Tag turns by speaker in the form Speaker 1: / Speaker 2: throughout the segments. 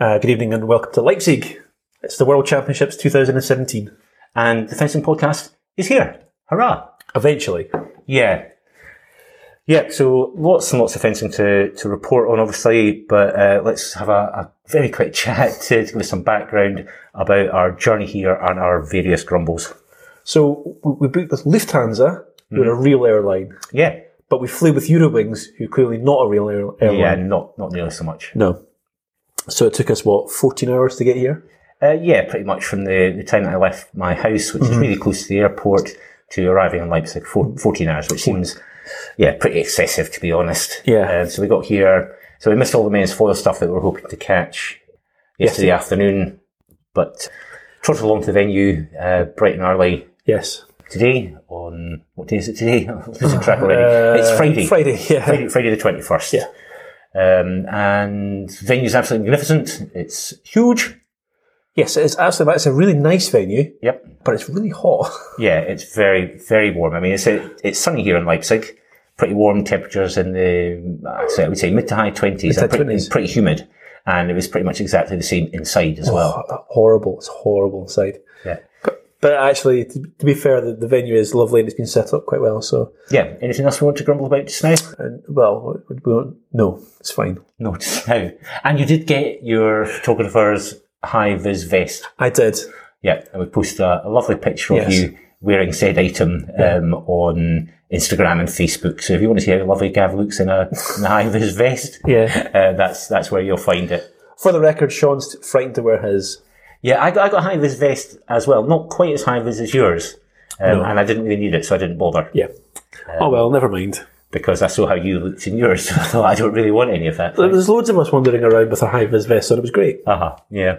Speaker 1: Uh, good evening and welcome to Leipzig. It's the World Championships 2017.
Speaker 2: And the fencing podcast is here. Hurrah!
Speaker 1: Eventually.
Speaker 2: Yeah. Yeah, so lots and lots of fencing to, to report on, obviously, but uh, let's have a, a very quick chat to, to give us some background about our journey here and our various grumbles.
Speaker 1: So we, we booked with Lufthansa, who
Speaker 2: Mm-hmm.
Speaker 1: are a real airline,
Speaker 2: Yeah.
Speaker 1: but we flew with Eurowings, who are clearly not a real air-
Speaker 2: Yeah,
Speaker 1: airline.
Speaker 2: not, not nearly so much.
Speaker 1: No. So it took us, what, 14 hours to get here?
Speaker 2: Uh, yeah, pretty much from the, the time that I left my house, which
Speaker 1: Mm-hmm.
Speaker 2: is really close to the airport, to arriving in Leipzig,
Speaker 1: Mm.
Speaker 2: four, 14 hours, which seems, yeah, pretty excessive to be honest.
Speaker 1: Yeah.
Speaker 2: Um, so we got here, so we missed all the men's foil stuff that we were hoping to catch yesterday afternoon, but trotted along to the venue uh, bright and early
Speaker 1: Yes.
Speaker 2: today on, what day is it today? I'm losing track already. it's
Speaker 1: Uh,
Speaker 2: Friday.
Speaker 1: Friday, yeah.
Speaker 2: Friday, Friday the 21st.
Speaker 1: Yeah.
Speaker 2: Um, and the venue's absolutely magnificent. It's huge.
Speaker 1: Yes, it's absolutely, it's a really nice venue,
Speaker 2: Yep.
Speaker 1: but it's really hot.
Speaker 2: Yeah, it's very, very warm. I mean, it's a, it's sunny here in Leipzig. Pretty warm temperatures in the, uh, so I would say mid to high 20s.
Speaker 1: to
Speaker 2: and pretty,
Speaker 1: 20s.
Speaker 2: pretty humid. And it was pretty much exactly the same inside as well.
Speaker 1: Oh, horrible. It's horrible inside.
Speaker 2: Yeah.
Speaker 1: But actually, to, to be fair, the, the venue is lovely and it's been set up quite well. So,
Speaker 2: Yeah. Anything else we want to grumble about just now?
Speaker 1: and, well, we won't, no, it's fine.
Speaker 2: No, just now. And you did get your photographer's high vis vest.
Speaker 1: I did.
Speaker 2: Yeah. And we posted a, a lovely picture of
Speaker 1: Yes.
Speaker 2: you wearing said item um, on Instagram and Facebook. So if you want to see how lovely Gav looks in a, in a high vis vest,
Speaker 1: Yeah.
Speaker 2: uh, that's, that's where you'll find it.
Speaker 1: For the record, Sean's frightened to wear his.
Speaker 2: Yeah, I got, I got high vis vest as well. Not quite as high vis as yours. Um, And I didn't really need it, so I didn't bother
Speaker 1: Yeah. oh, well, never mind.
Speaker 2: because I saw how you looked in yours. So I thought, I don't really want any of that.
Speaker 1: There's loads of us wandering around with our high vis vests on. It was great.
Speaker 2: Uh huh. Yeah.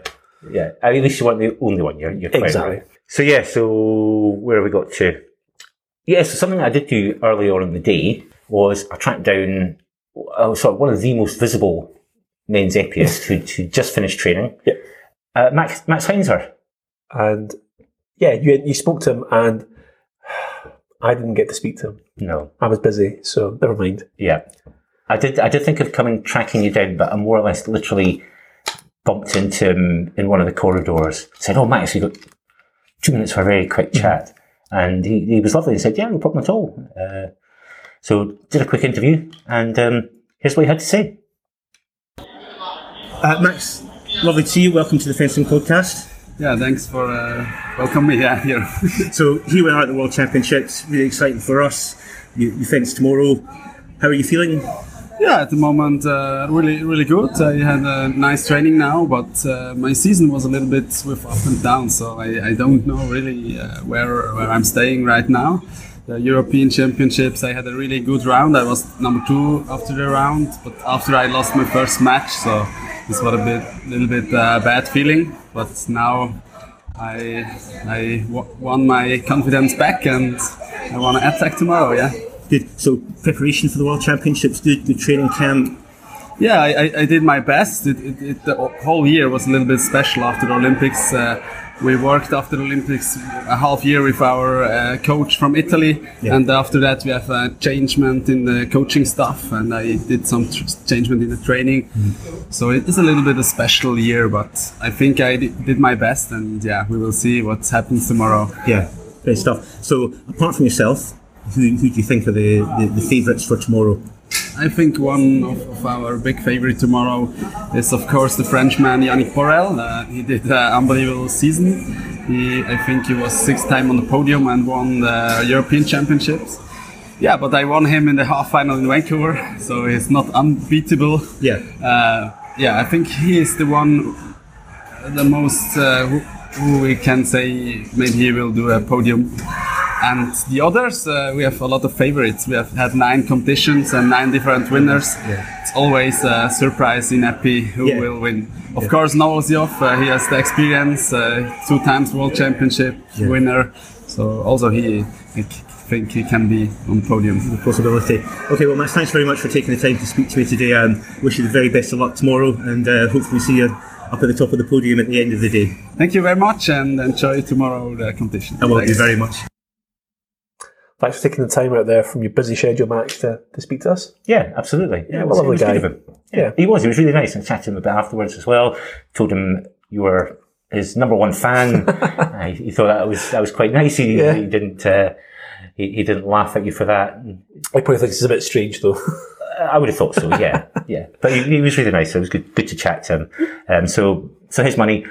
Speaker 2: Yeah. I mean, at least you weren't the only one. You're, you're quite
Speaker 1: Exactly.
Speaker 2: right. So, yeah, so where have we got to? Yeah, so something I did do early on in the day was I tracked down oh, sorry, one of the most visible men's epeists who, who just finished training.
Speaker 1: Yep.
Speaker 2: Uh, Max, Max Heinzer.
Speaker 1: And yeah, you, you spoke to him, and I didn't get to speak to him.
Speaker 2: No.
Speaker 1: I was busy, so never mind.
Speaker 2: Yeah, I did. I did think of coming tracking you down, but I more or less literally bumped into him in one of the corridors. Said, "Oh, Max, you got two minutes for a very quick chat," and he, he was lovely and said, "Yeah, no problem at all." Uh, so did a quick interview, and um, here's what he had to say.
Speaker 3: Uh, Max, lovely to see you. Welcome to the Fencing Podcast.
Speaker 4: Yeah, thanks for uh, welcoming me yeah, here.
Speaker 3: So here we are at the World Championships. Really exciting for us. You, you fence tomorrow. How are you feeling?
Speaker 4: yeah, at the moment, uh, really, really good. I had a nice training now, but uh, my season was a little bit with up and down, so I, I don't know really uh, where where I'm staying right now. The European Championships, I had a really good round. I was number two after the round, but after I lost my first match, so this was a bit, little bit uh, bad feeling. But now I I w- won my confidence back, and I want to attack tomorrow. Yeah.
Speaker 3: Did, so preparation for the World Championships, the, the training camp.
Speaker 4: Yeah, I, I, I did my best. It, it, it, the whole year was a little bit special after the Olympics. Uh, we worked after the Olympics a half year with our uh, coach from Italy, and after that we have a changement in the coaching staff, and I did some tr- changement in the training. So it is a little bit a special year, but I think I di- did my best, and yeah, we will see what happens tomorrow.
Speaker 3: Yeah, great stuff. So apart from yourself, who, who do you think are the, the, the favourites for tomorrow?
Speaker 4: I think one of, of our big favorite tomorrow is, of course, the Frenchman Yannick Borel. Uh, he did an unbelievable season. He, I think he was sixth time on the podium and won the European Championships. Yeah, but I won him in the half final in Vancouver, so he's not unbeatable.
Speaker 3: Yeah.
Speaker 4: Uh, yeah, I think he is the one, the most uh, who, who we can say maybe he will do a podium. And the others, uh, we have a lot of favorites. We have had nine competitions and nine different winners. It's always a surprise in Epi who
Speaker 3: Yeah.
Speaker 4: will win. Of course, Novozyov, uh, he has the experience, uh, two times world championship winner. So also he, I think he can be on podium.
Speaker 3: The possibility. Okay, well, Max, thanks very much for taking the time to speak to me today. Um, wish you the very best of luck tomorrow, and uh, hopefully see you up at the top of the podium at the end of the day.
Speaker 4: Thank you very much and enjoy tomorrow the competition.
Speaker 3: I will do
Speaker 4: Thanks.
Speaker 3: very much.
Speaker 5: Thanks for taking the time out there from your busy schedule, Max, to, to speak to us.
Speaker 2: Yeah, absolutely. Yeah,
Speaker 5: a
Speaker 2: it was, it
Speaker 5: lovely
Speaker 2: was good
Speaker 5: guy.
Speaker 2: of him. Yeah,
Speaker 5: Yeah.
Speaker 2: he was. He was really nice. And chatted to him a bit afterwards as well. Told him you were his number one fan. uh, he thought that was that was quite nice. He,
Speaker 5: Yeah.
Speaker 2: he didn't uh, he, he didn't laugh at you for that. Uh,
Speaker 5: I probably think it's a bit strange, though.
Speaker 2: I would have thought so. Yeah, yeah. But he, he was really nice. It was good good to chat to him. Um, so so his money,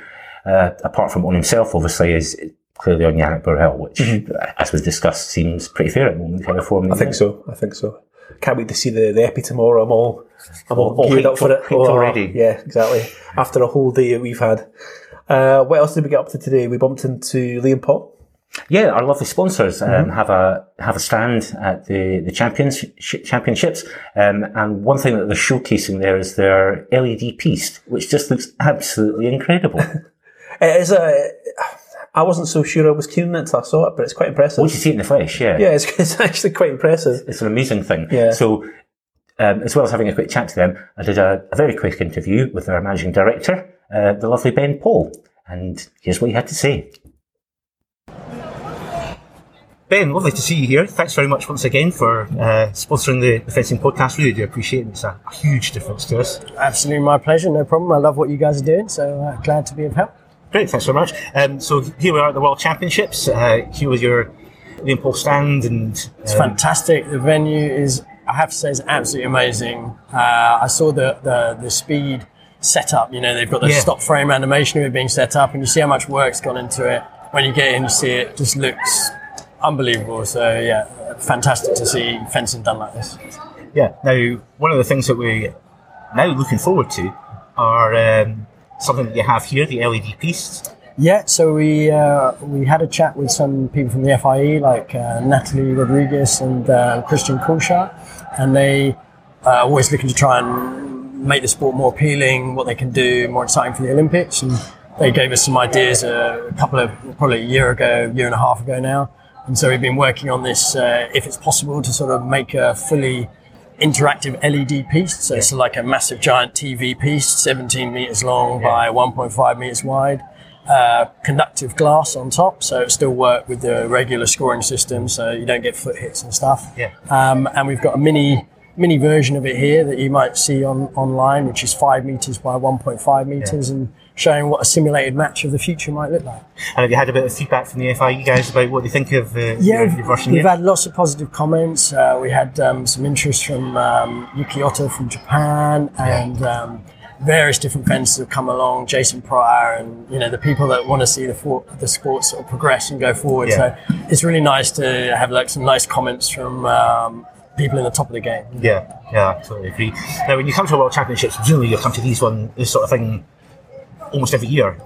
Speaker 2: uh, apart from on himself, obviously is. Clearly on Yannick Burrell, which, uh, as was discussed, seems pretty fair at the moment. Kind of form
Speaker 5: Mm-hmm. I think so. I think so. Can't wait to see the, the epi tomorrow. I'm all I'm all,
Speaker 2: All
Speaker 5: geared up
Speaker 2: hyped-
Speaker 5: for it.
Speaker 2: hyped already.
Speaker 5: Yeah, exactly. After a whole day that we've had. Uh, what else did we get up to today? We bumped into Liam Paul.
Speaker 2: yeah, our lovely sponsors um, have a have a stand at the the champions sh- championships, um, and one thing that they're showcasing there is their LED piece, which just looks absolutely incredible.
Speaker 5: It is a. I wasn't so sure I was keen on it until I saw it, but it's quite impressive.
Speaker 2: Once you see it in the flesh, yeah,
Speaker 5: yeah, it's, it's actually quite impressive.
Speaker 2: it's an amazing thing.
Speaker 5: Yeah.
Speaker 2: So, um, as well as having a quick chat to them, I did a, a very quick interview with their managing director, uh, the lovely Ben Paul, and here's what he had to say.
Speaker 3: Ben, lovely to see you here. Thanks very much once again for uh, sponsoring the, the fencing podcast. Really do appreciate it. It's a, a huge difference to us.
Speaker 6: Absolutely my pleasure, no problem. I love what you guys are doing, so uh, glad to be of help.
Speaker 3: Great, thanks very much. Um, so here we are at the World Championships. Uh, here with your Liam Paul stand, and uh,
Speaker 6: It's fantastic. The venue is, I have to say, is absolutely amazing. Uh, I saw the, the the speed setup. You know, they've got the
Speaker 3: Yeah.
Speaker 6: stop frame animation being set up, and you see how much work's gone into it. When you get in, you see it just looks unbelievable. So yeah, fantastic to see fencing done like this.
Speaker 3: yeah. Now, one of the things that we now looking forward to are um, something that you have here, the LED piece.
Speaker 6: Yeah, so we uh, we had a chat with some people from the FIE, like uh, Natalie Rodriguez and uh, Christian Kulshar, and they uh, are always looking to try and make the sport more appealing, what they can do, more exciting for the Olympics. And they gave us some ideas uh, a couple of probably a year ago, year and a half ago now. And so we've been working on this, uh, if it's possible, to sort of make a fully interactive LED piece. So it's like a massive giant TV piece, 17 meters long by 1.5 meters wide uh, conductive glass on top, so it still work with the regular scoring system, so you don't get foot hits and stuff.
Speaker 3: Yeah.
Speaker 6: Um, and we've got a mini mini version of it here that you might see on online, which is five meters by 1.5 meters, and showing what a simulated match of the future might look like.
Speaker 3: And have you had a bit of feedback from the FIE guys about what they think of uh, your, your version?
Speaker 6: we've
Speaker 3: here?
Speaker 6: had lots of positive comments. Uh, we had um, some interest from um, Yuki Otto from Japan and um, various different fencers have come along, Jason Pryor, and you know the people that want to see the for- the sport sort of progress and go forward.
Speaker 3: Yeah.
Speaker 6: So it's really nice to have like some nice comments from um, people in the top of the game.
Speaker 3: Yeah, yeah, I totally agree. Now, when you come to a World Championships, presumably you'll come to these one, this sort of thing, almost every year.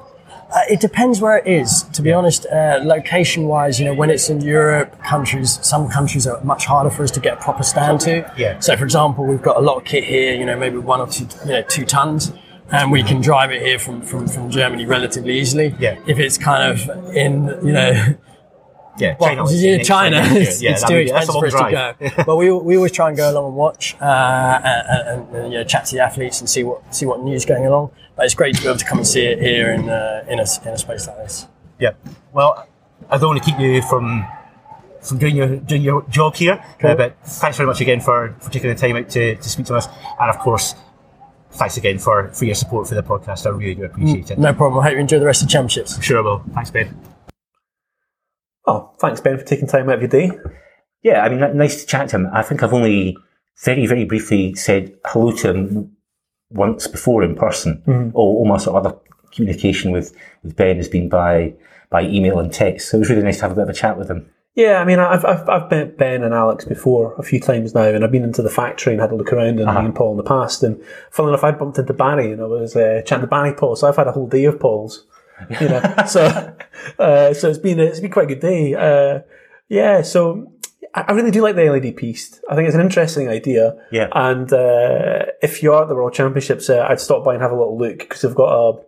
Speaker 6: Uh, it depends where it is. To be honest, uh, location-wise, you know, when it's in Europe, countries, some countries are much harder for us to get a proper stand to.
Speaker 3: Yeah.
Speaker 6: So, for example, we've got a lot of kit here. You know, maybe one or two, you know, two tons, and we can drive it here from from, from Germany relatively easily.
Speaker 3: Yeah.
Speaker 6: If it's kind of in, you know,
Speaker 3: Yeah,
Speaker 6: well,
Speaker 3: China.
Speaker 6: it's
Speaker 3: is
Speaker 6: in
Speaker 3: next-
Speaker 6: China,
Speaker 3: next year.
Speaker 6: it's,
Speaker 3: Yeah,
Speaker 6: it's
Speaker 3: that'd
Speaker 6: too
Speaker 3: be- that's a
Speaker 6: expensive for
Speaker 3: long
Speaker 6: us to
Speaker 3: drive.
Speaker 6: go. but we, we always try and go along and watch uh, and, and, and, you know, chat to the athletes and see what see what news going along. But it's great to be able to come and see it here in uh, in, a, in a space like this.
Speaker 3: Yeah. Well, I don't want to keep you from from doing your doing your job here, uh,
Speaker 6: Cool.
Speaker 3: but thanks very much again for, for taking the time out to, to speak to us, and of course, thanks again for, for your support for the podcast. I really do appreciate it.
Speaker 6: No problem. I hope you enjoy the rest of the championships.
Speaker 3: I'm sure I will. Thanks, Ben.
Speaker 5: Oh, thanks, Ben, for taking time out of your day.
Speaker 2: Yeah, I mean, n- nice to chat to him. I think I've only very, very briefly said hello to him once before in person.
Speaker 5: Mm-hmm.
Speaker 2: All, all my sort of other communication with, with Ben has been by by email and text. So it was really nice to have a bit of a chat with him.
Speaker 5: Yeah, I mean, I've, I've, I've met Ben and Alex before a few times now, and I've been into the factory and had a look around and Ian Paul in the past. And funnily enough, I bumped into Barry and I was uh, chatting to Barry Paul, so I've had a whole day of Pauls. You know, so uh, so it's been it's been quite a good day. Uh, yeah, so I I really do like the LED piece. I think it's an interesting idea.
Speaker 2: Yeah.
Speaker 5: And uh, if you are at the World Championships, uh, I'd stop by and have a little look because they've got a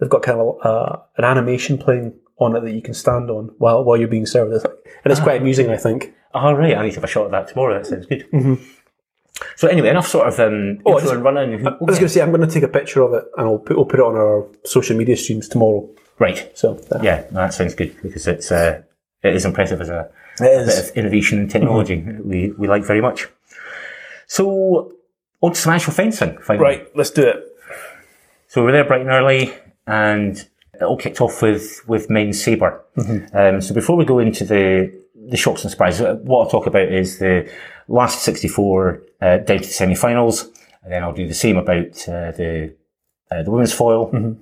Speaker 5: they've got kind of uh, an animation playing on it that you can stand on while while you're being served, It's- and it's quite
Speaker 2: Ah.
Speaker 5: amusing, I think.
Speaker 2: All Ah, right, I need to have a shot at that tomorrow. That sounds good. So anyway, enough sort of um,
Speaker 5: Mm-hmm. Oh, I
Speaker 2: intro
Speaker 5: just-
Speaker 2: and running.
Speaker 5: I was going to say I'm going to take a picture of it and I'll put we'll put it on our social media streams tomorrow.
Speaker 2: Right.
Speaker 5: So uh,
Speaker 2: Yeah, no, that sounds good because it's uh, it is impressive as a
Speaker 5: It
Speaker 2: bit of innovation and technology
Speaker 5: Mm-hmm.
Speaker 2: that we, we like very much. So, on to some actual fencing, finally.
Speaker 5: Right, let's do it.
Speaker 2: So we were there bright and early, and it all kicked off with with men's saber. Um, so before we go into the the shocks and surprises, uh, what I'll talk about is the last sixty four uh, down to the semi finals, and then I'll do the same about uh, the uh, the women's foil.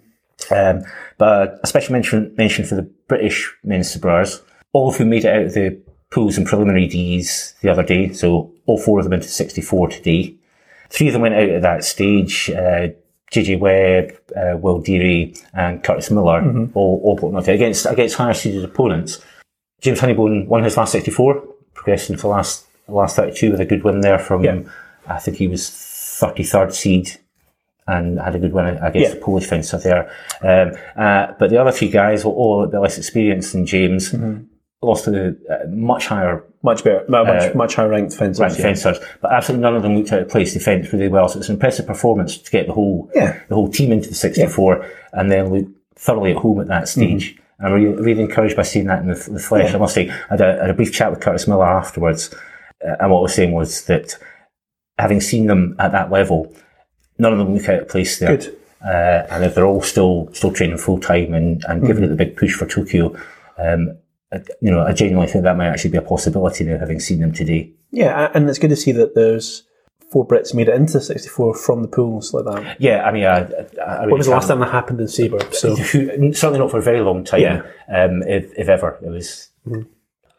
Speaker 2: Um, but a special mention mention for the British men's sabrers, all of whom made it out of the pools and preliminary Ds the other day. So all four of them into sixty four today three of them went out at that stage. Uh, JJ Webb, uh, Will Deary, and Curtis Miller
Speaker 5: Mm-hmm.
Speaker 2: all, all put knocked out against against higher seeded opponents. James Honeybone won his last sixty four, progressing to last last thirty two with a good win there from
Speaker 5: Yeah.
Speaker 2: I think he was thirty third seed and had a good win against
Speaker 5: Yeah.
Speaker 2: the Polish fencer there. Um, uh, but the other few guys were all a bit less experienced than James.
Speaker 5: Mm-hmm.
Speaker 2: Lost to the uh, much higher
Speaker 5: Much better, mu- much,
Speaker 2: Uh,
Speaker 5: much higher ranked fencers.
Speaker 2: right
Speaker 5: yeah.
Speaker 2: fencers, but absolutely none of them looked out of place. They fenced really well, so it's an impressive performance to get the whole
Speaker 5: Yeah.
Speaker 2: the whole team into the sixty four, and then look thoroughly at home at that
Speaker 5: Mm-hmm.
Speaker 2: stage. And I'm really, really encouraged by seeing that in the, the flesh. I must say, I had, a, I had a brief chat with Curtis Miller afterwards, uh, and what I was saying was that having seen them at that level, none of them look out of place there.
Speaker 5: Good.
Speaker 2: Uh, and if they're all still still training full time and,
Speaker 5: Mm-hmm.
Speaker 2: and giving it the big push for Tokyo, um, I- you know, I genuinely think that might actually be a possibility now, having seen them today.
Speaker 5: Yeah, a- and it's good to see that there's four Brits made it into 64 from the pools like that.
Speaker 2: Yeah, I mean, I, I, I
Speaker 5: When was the last time that happened in Sabre? So
Speaker 2: Certainly not for a very long time.
Speaker 5: Yeah. Hmm.
Speaker 2: Um, if, if ever, it was.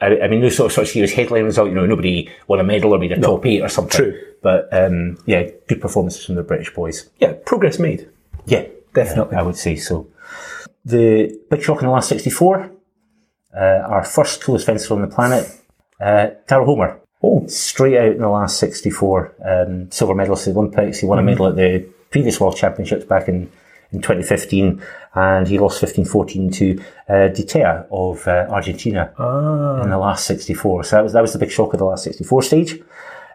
Speaker 2: I, I mean, those sort of sort of serious headline result. You know, nobody won a medal or made a top eight or something.
Speaker 5: True.
Speaker 2: But um, yeah, good performances from the British boys.
Speaker 5: yeah, progress made.
Speaker 2: Yeah,
Speaker 5: Definitely.
Speaker 2: I would say so. The big shock in the last sixty-four. Uh, our first coolest fencer on the planet, uh, Darrell Homer.
Speaker 5: Oh,
Speaker 2: straight out in the last 64 um, silver medalist at the Olympics. He won a medal at the previous World Championships back in, in 2015, and he lost 15 14 to uh, Ditea of uh, Argentina in the last 64. So that was, that was the big shock of the last 64 stage.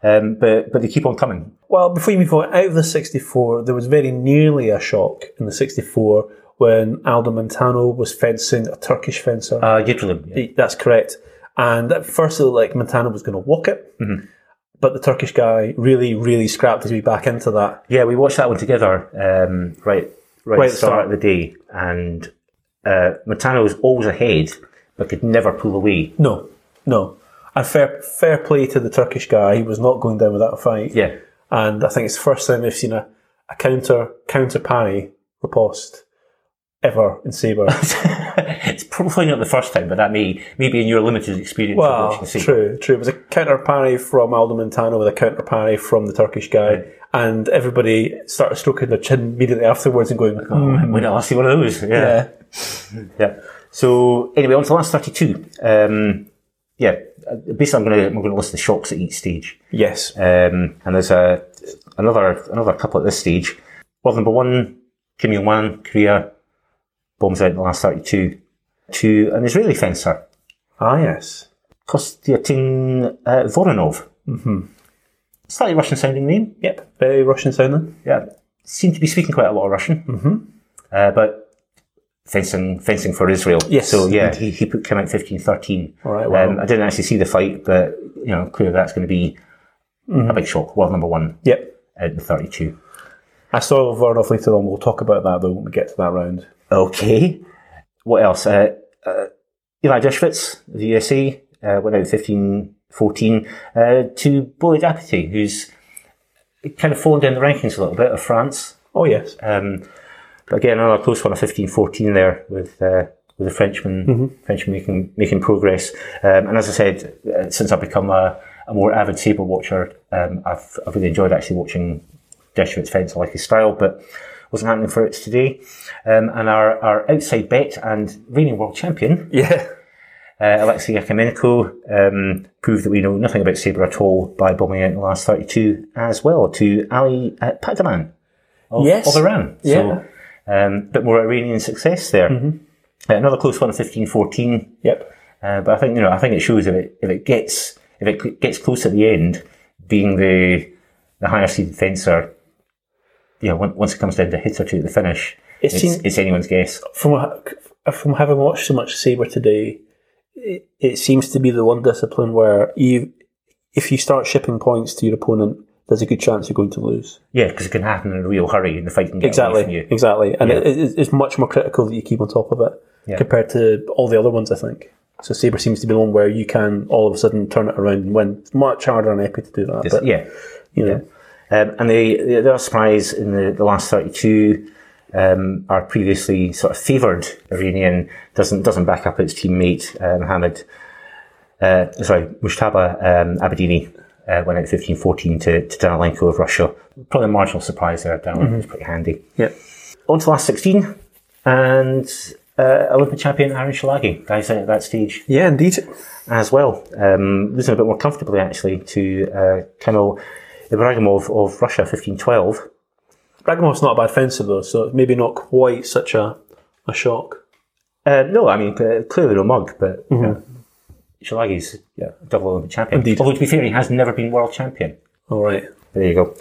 Speaker 2: Um, but, but they keep on coming.
Speaker 5: Well, before you move on, out of the 64, there was very nearly a shock in the 64 when Aldo Montano was fencing a Turkish fencer.
Speaker 2: Uh, Yildirim, yeah.
Speaker 5: He- That's correct. And at first it looked like Montano was going to walk it, but the Turkish guy really, really scrapped his way back into that.
Speaker 2: Yeah, we watched that one together. Um, right, right,
Speaker 5: Right
Speaker 2: at the start of the day, and uh, Montano was always ahead, but could never pull away.
Speaker 5: No, no. And fair, fair play to the Turkish guy. He was not going down without a fight.
Speaker 2: Yeah,
Speaker 5: And I think it's the first time we've seen a, a counter counter parry riposte ever in Sabre.
Speaker 2: It's probably not the first time, but that may maybe in your limited experience of
Speaker 5: Well,
Speaker 2: watching Sabre.
Speaker 5: true, true. It was a counter parry from Aldo Montano with a counter parry from the Turkish guy, and everybody started stroking their chin immediately afterwards and going, "Hmm,
Speaker 2: Oh, When did I last see one of those? Yeah.
Speaker 5: "Yeah,
Speaker 2: yeah. So anyway, on to the last thirty-two. Um, yeah, uh, basically, I'm going to I'm going to list the shocks at each stage,
Speaker 5: yes,
Speaker 2: um, and there's a another another couple at this stage. World number one, Kim Jong Wan, Korea, bombs out in the last thirty-two to an Israeli fencer,
Speaker 5: ah, yes,
Speaker 2: Kostyatin uh, Voronov. Mm-hmm. Slightly Russian-sounding name.
Speaker 5: yep, very Russian sounding."
Speaker 2: yeah, seem to be speaking quite a lot of Russian. Mm-hmm. Uh, but fencing, fencing for Israel.
Speaker 5: Yes.
Speaker 2: So yeah, he, he put came out fifteen thirteen.
Speaker 5: All right, wow.
Speaker 2: Um, I didn't actually see the fight, but you know, clearly that's going to be a big shock. World number one
Speaker 5: Yep,
Speaker 2: out in thirty two.
Speaker 5: I saw Voronov later on. We'll talk about that though when we get to that round.
Speaker 2: Okay. What else? Uh, uh, Eli Dershowitz of the USA uh, went out 15 14 uh, to Boyd Apathy, who's kind of fallen down the rankings a little bit of France.
Speaker 5: Oh yes,
Speaker 2: Um, but again, another close one, a 15-14 there with uh, with the Frenchman, Frenchman making making progress. Um, and as I said, uh, since I've become a, a more avid saber watcher, um, I've, I've really enjoyed actually watching Dershowitz fence. I like his style, but wasn't happening for it today. Um, and our, our outside bet and reigning world champion,
Speaker 5: yeah,
Speaker 2: uh, Alexei Yakimenko, um, proved that we know nothing about saber at all by bombing out in the last 32 as well to Ali uh, Padaman of,
Speaker 5: Yes.
Speaker 2: of Iran. So,
Speaker 5: Yeah. Mm-hmm.
Speaker 2: um, bit more Iranian success there. Uh, another close one, 15-14.
Speaker 5: yep,
Speaker 2: Uh, but I think you know, I think it shows if it if it gets if it cl- gets close at the end, being the the higher seed fencer, you know, on- once it comes down to a hit or two at the finish,
Speaker 5: It's
Speaker 2: it's,
Speaker 5: seen-
Speaker 2: it's anyone's guess.
Speaker 5: from ha- from having watched so much Sabre today, it, it seems to be the one discipline where you, if you start shipping points to your opponent, there's a good chance you're going to lose.
Speaker 2: Yeah, because it can happen in a real hurry and the fight can get away from
Speaker 5: Exactly,
Speaker 2: you.
Speaker 5: exactly, and it, it, it's much more critical that you keep on top of it
Speaker 2: Yeah.
Speaker 5: compared to all the other ones. I think so. Saber seems to be the one where you can all of a sudden turn it around and win. It's much harder on Epi to do that, but
Speaker 2: yeah.
Speaker 5: you know,
Speaker 2: Um, and the, the other spies in the, the last 32 um, are previously sort of favoured Iranian, doesn't doesn't back up its teammate um, Hamid, uh, sorry, Mushtaba um, Abedini, uh, went out 15-14 to, to Danilenko of Russia. Probably a marginal surprise there, Danilenko was pretty handy.
Speaker 5: yeah.
Speaker 2: On to last 16, and uh, Olympic champion Aaron Shalagi, guys out at that stage
Speaker 5: Yeah, indeed.
Speaker 2: as well, um, losing a bit more comfortably actually to uh, Kamil Ibragimov of Russia, 15-12.
Speaker 5: Ragamuff's not a bad fencer though, so maybe not quite such a, a shock.
Speaker 2: Uh, no, I mean uh, clearly no mug, but mm Shalagi's yeah, double Olympic champion.
Speaker 5: Indeed.
Speaker 2: Although to be fair, he has never been world champion.
Speaker 5: All right.
Speaker 2: But there you go.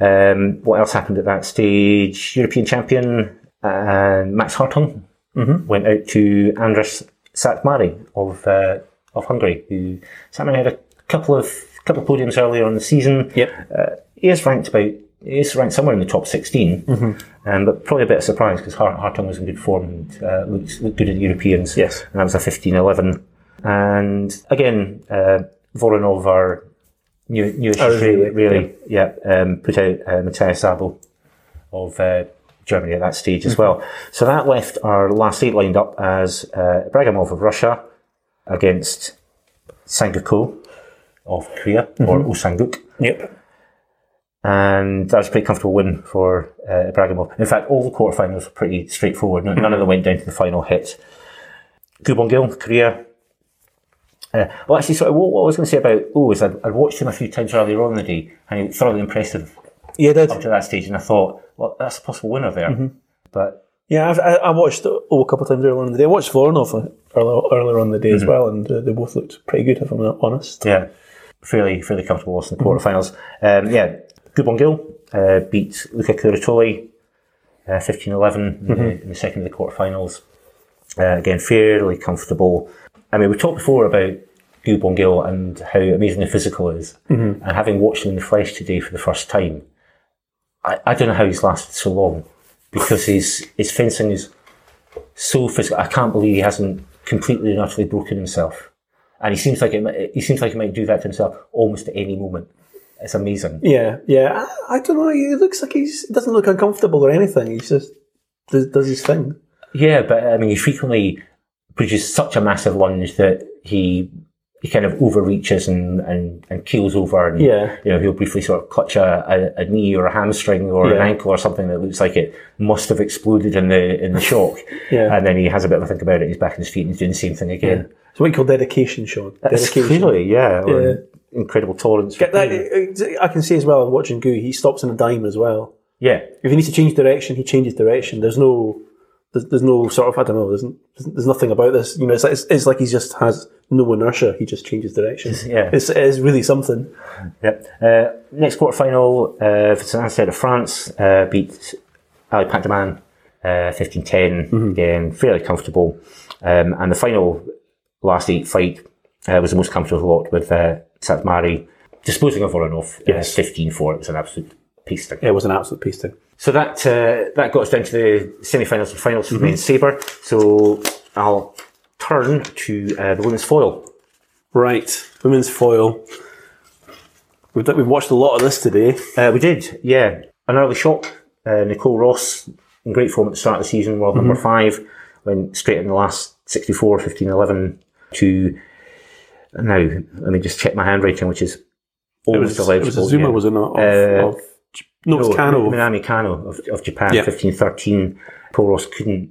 Speaker 2: Um, what else happened at that stage? European champion uh, Max Hartung went out to Andras Satmari of uh, of Hungary, who Satmari had a couple of couple of podiums earlier on the season.
Speaker 5: Yep.
Speaker 2: He is ranked about he is ranked somewhere in the top 16 um, but probably a bit of surprise because Hart- Hartung was in good form and uh, looked, looked good at the Europeans.
Speaker 5: Yes.
Speaker 2: and that was a 15-11. And again, uh, Voronov are new, newish
Speaker 5: Oh,
Speaker 2: really,
Speaker 5: really?
Speaker 2: really yeah, um, put out uh, Matthias Abel of uh, Germany at that stage as well. So that left our last eight lined up as uh, Bragimov of Russia against Sangoku of Korea or Oh Sanguk.
Speaker 5: Yep.
Speaker 2: And that was a pretty comfortable win for uh, Bragimov. In fact, all the quarterfinals were pretty straightforward. None, none of them went down to the final hit. Gubon Gil, Korea. Uh, well, actually, sorry, what, what I was going to say about Oh is I'd, I'd watched him a few times earlier on in the day and he was thoroughly impressive
Speaker 5: Yeah, did.
Speaker 2: up to that stage. And I thought, well, that's a possible winner there. But
Speaker 5: Yeah, I've, I, I watched oh, a couple of times earlier on in the day. I watched Voronov earlier, earlier on in the day as well, and uh, they both looked pretty good, if I'm honest.
Speaker 2: yeah, fairly fairly comfortable loss in the quarterfinals. Um, yeah, Gubon Gil uh, beat Luca Curatoli uh, 15 11 in, the, in the second of the quarterfinals. Uh, again, fairly comfortable. I mean, we talked before about Gubon Gil and how amazingly physical he is. And having watched him in the flesh today for the first time, I, I don't know how he's lasted so long because his, his fencing is so physical. I can't believe he hasn't completely and utterly broken himself. And he seems like it, mi- he seems like he might do that to himself almost at any moment. It's amazing.
Speaker 5: Yeah, yeah. I, I don't know. He looks like he's he doesn't look uncomfortable or anything. He's just does, does his thing.
Speaker 2: Yeah, but I mean, he frequently produces such a massive lunge that he he kind of overreaches and and, and keels over, and
Speaker 5: Yeah.
Speaker 2: you know he'll briefly sort of clutch a, a, a knee or a hamstring or an
Speaker 5: Yeah.
Speaker 2: ankle or something that looks like it must have exploded in the in the shock,
Speaker 5: Yeah.
Speaker 2: and then he has a bit of a think about it. He's back on his feet and he's doing the same thing again.
Speaker 5: It's what you call dedication, Sean.
Speaker 2: It's
Speaker 5: Dedication.
Speaker 2: clearly, yeah, or
Speaker 5: Yeah.
Speaker 2: incredible tolerance. for
Speaker 5: Get that-
Speaker 2: pain.
Speaker 5: I can see as well. Watching Goo, he stops in a dime as well.
Speaker 2: yeah,
Speaker 5: if he needs to change direction, he changes direction. There's no, there's, there's no sort of I don't know. There's, there's nothing about this. You know, it's like, it's, it's like he just has no inertia. He just changes direction.
Speaker 2: yeah.
Speaker 5: it's, it's really something.
Speaker 2: Yep. Uh, next quarterfinal, uh, Vincent Anstead of France uh, beat Ali Pactaman uh, 15 10. Again, fairly comfortable. Um, and the final last eight fight uh, was the most comfortable lot with uh, Satmari disposing of Voronov
Speaker 5: Yes.
Speaker 2: 15 4. It was an absolute pasting.
Speaker 5: It was an absolute piece thing.
Speaker 2: So that uh, that got us down to the semi-finals and finals for the main saber. So I'll turn to uh, the women's foil.
Speaker 5: Right, women's foil. We've, done- we've watched a lot of this today.
Speaker 2: Uh, we did, yeah. An early shock. Uh, Nicole Ross, in great form at the start of the season, world
Speaker 5: Mhm.
Speaker 2: number five, went straight in the last 64, 15, 11 to. Now, let me just check my handwriting, which is
Speaker 5: It
Speaker 2: almost
Speaker 5: was, it was
Speaker 2: illegible.
Speaker 5: a Zuma,
Speaker 2: yeah.
Speaker 5: was it not? Of,
Speaker 2: Uh,
Speaker 5: of, no, it's
Speaker 2: No,
Speaker 5: Kano.
Speaker 2: Minami Kano of, of Japan,
Speaker 5: Yeah.
Speaker 2: fifteen thirteen. Paul Ross couldn't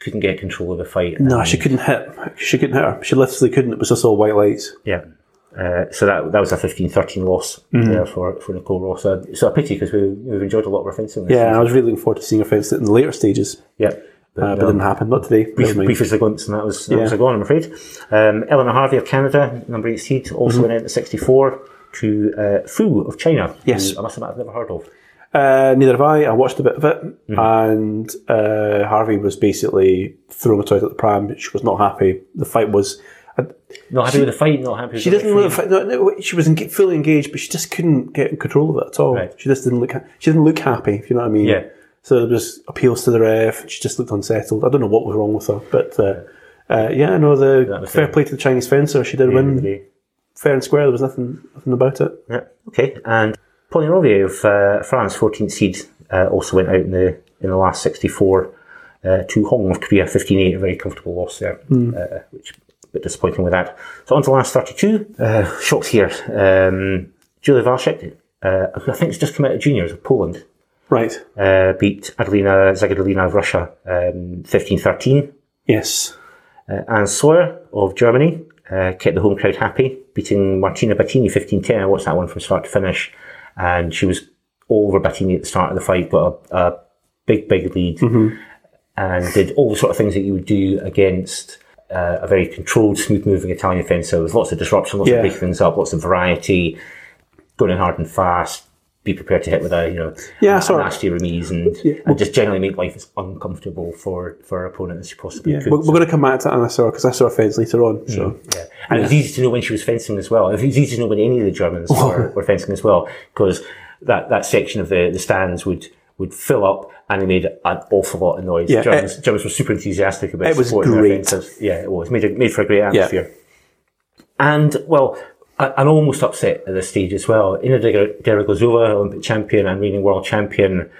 Speaker 2: couldn't get control of the fight.
Speaker 5: No, she couldn't hit. She couldn't hit her. She literally couldn't. It was just all white lights.
Speaker 2: Yeah. Uh, so that that was a 15-13 loss
Speaker 5: Mm-hmm.
Speaker 2: there for, for Nicole Ross. Uh, so a pity because we, we've enjoyed a lot of her fencing. this
Speaker 5: Yeah, and I
Speaker 2: season.
Speaker 5: was really looking forward to seeing her face in the later stages,
Speaker 2: yeah.
Speaker 5: uh, but
Speaker 2: um,
Speaker 5: didn't happen. Not today.
Speaker 2: brief,
Speaker 5: Never mind.
Speaker 2: brief as a glimpse, and that was that
Speaker 5: Yeah.
Speaker 2: was a gone, I'm afraid. Um, Eleanor Harvey of Canada, number eight
Speaker 5: Mm-hmm.
Speaker 2: seed, also went out at 64 to uh, Fu of China.
Speaker 5: Yes.
Speaker 2: who I must admit I've never heard of.
Speaker 5: Uh, neither have I. I watched a bit of it, and uh, Harvey was basically throwing a toy at the pram. She was not happy. The fight was.
Speaker 2: Not happy with the fight, not happy with
Speaker 5: She
Speaker 2: the
Speaker 5: didn't
Speaker 2: referee.
Speaker 5: look. no, no, She was enga- fully engaged, but she just couldn't get in control of it at all.
Speaker 2: Right.
Speaker 5: She just didn't look. ha- She didn't look happy. If you know what I mean.
Speaker 2: Yeah.
Speaker 5: So there was appeals to the ref. and She just looked unsettled. I don't know what was wrong with her, but uh, uh, yeah, no.
Speaker 2: That
Speaker 5: The
Speaker 2: was
Speaker 5: fair
Speaker 2: it.
Speaker 5: play to the Chinese fencer. She did win
Speaker 2: Anyway,
Speaker 5: fair and square. There was nothing, nothing about it.
Speaker 2: yeah. Okay, and Pauline Rovier of uh, France, 14th seed, uh, also went out in the in the last 64 uh, to Hong Kong of Korea, 15-8, a very comfortable loss there, uh, which a bit disappointing with that. So on to the last 32. Uh, shocks here. Um, Julia Valchek, uh, who I think has just come out of juniors of Poland.
Speaker 5: Right.
Speaker 2: uh, beat Adelina Zagadolina of Russia um, 15-13.
Speaker 5: Yes.
Speaker 2: Uh, Anne Sawyer of Germany uh, kept the home crowd happy, beating Martina Battini 15-10. I watched that one from start to finish, and she was all over Battini at the start of the fight, got a, a big, big lead,
Speaker 5: Mm-hmm.
Speaker 2: and did all the sort of things that you would do against uh, a very controlled, smooth-moving Italian fencer with lots of disruption, lots
Speaker 5: Yeah.
Speaker 2: of breaking things up, lots of variety, going in hard and fast. Be prepared to hit with a you know
Speaker 5: Yeah,
Speaker 2: a- a
Speaker 5: sorry.
Speaker 2: nasty remise and, and just generally make life as uncomfortable for for our opponent as you possibly
Speaker 5: Yeah.
Speaker 2: could.
Speaker 5: We're, we're going to come back to Anna Sauer because I saw her fence later on. So.
Speaker 2: Yeah. And it was easy to know when she was fencing as well. It was easy to know when any of the Germans were, were fencing as well, because that, that section of the, the stands would, would fill up and they made an awful lot of noise.
Speaker 5: Yeah,
Speaker 2: Germans, Germans were super enthusiastic about
Speaker 5: it was
Speaker 2: supporting
Speaker 5: great.
Speaker 2: their fencers. Yeah, it was. Made, a, made for a great atmosphere. And, well, I, I'm almost upset at this stage as well. Ina Der- Derogozova, Olympic champion and reigning world champion,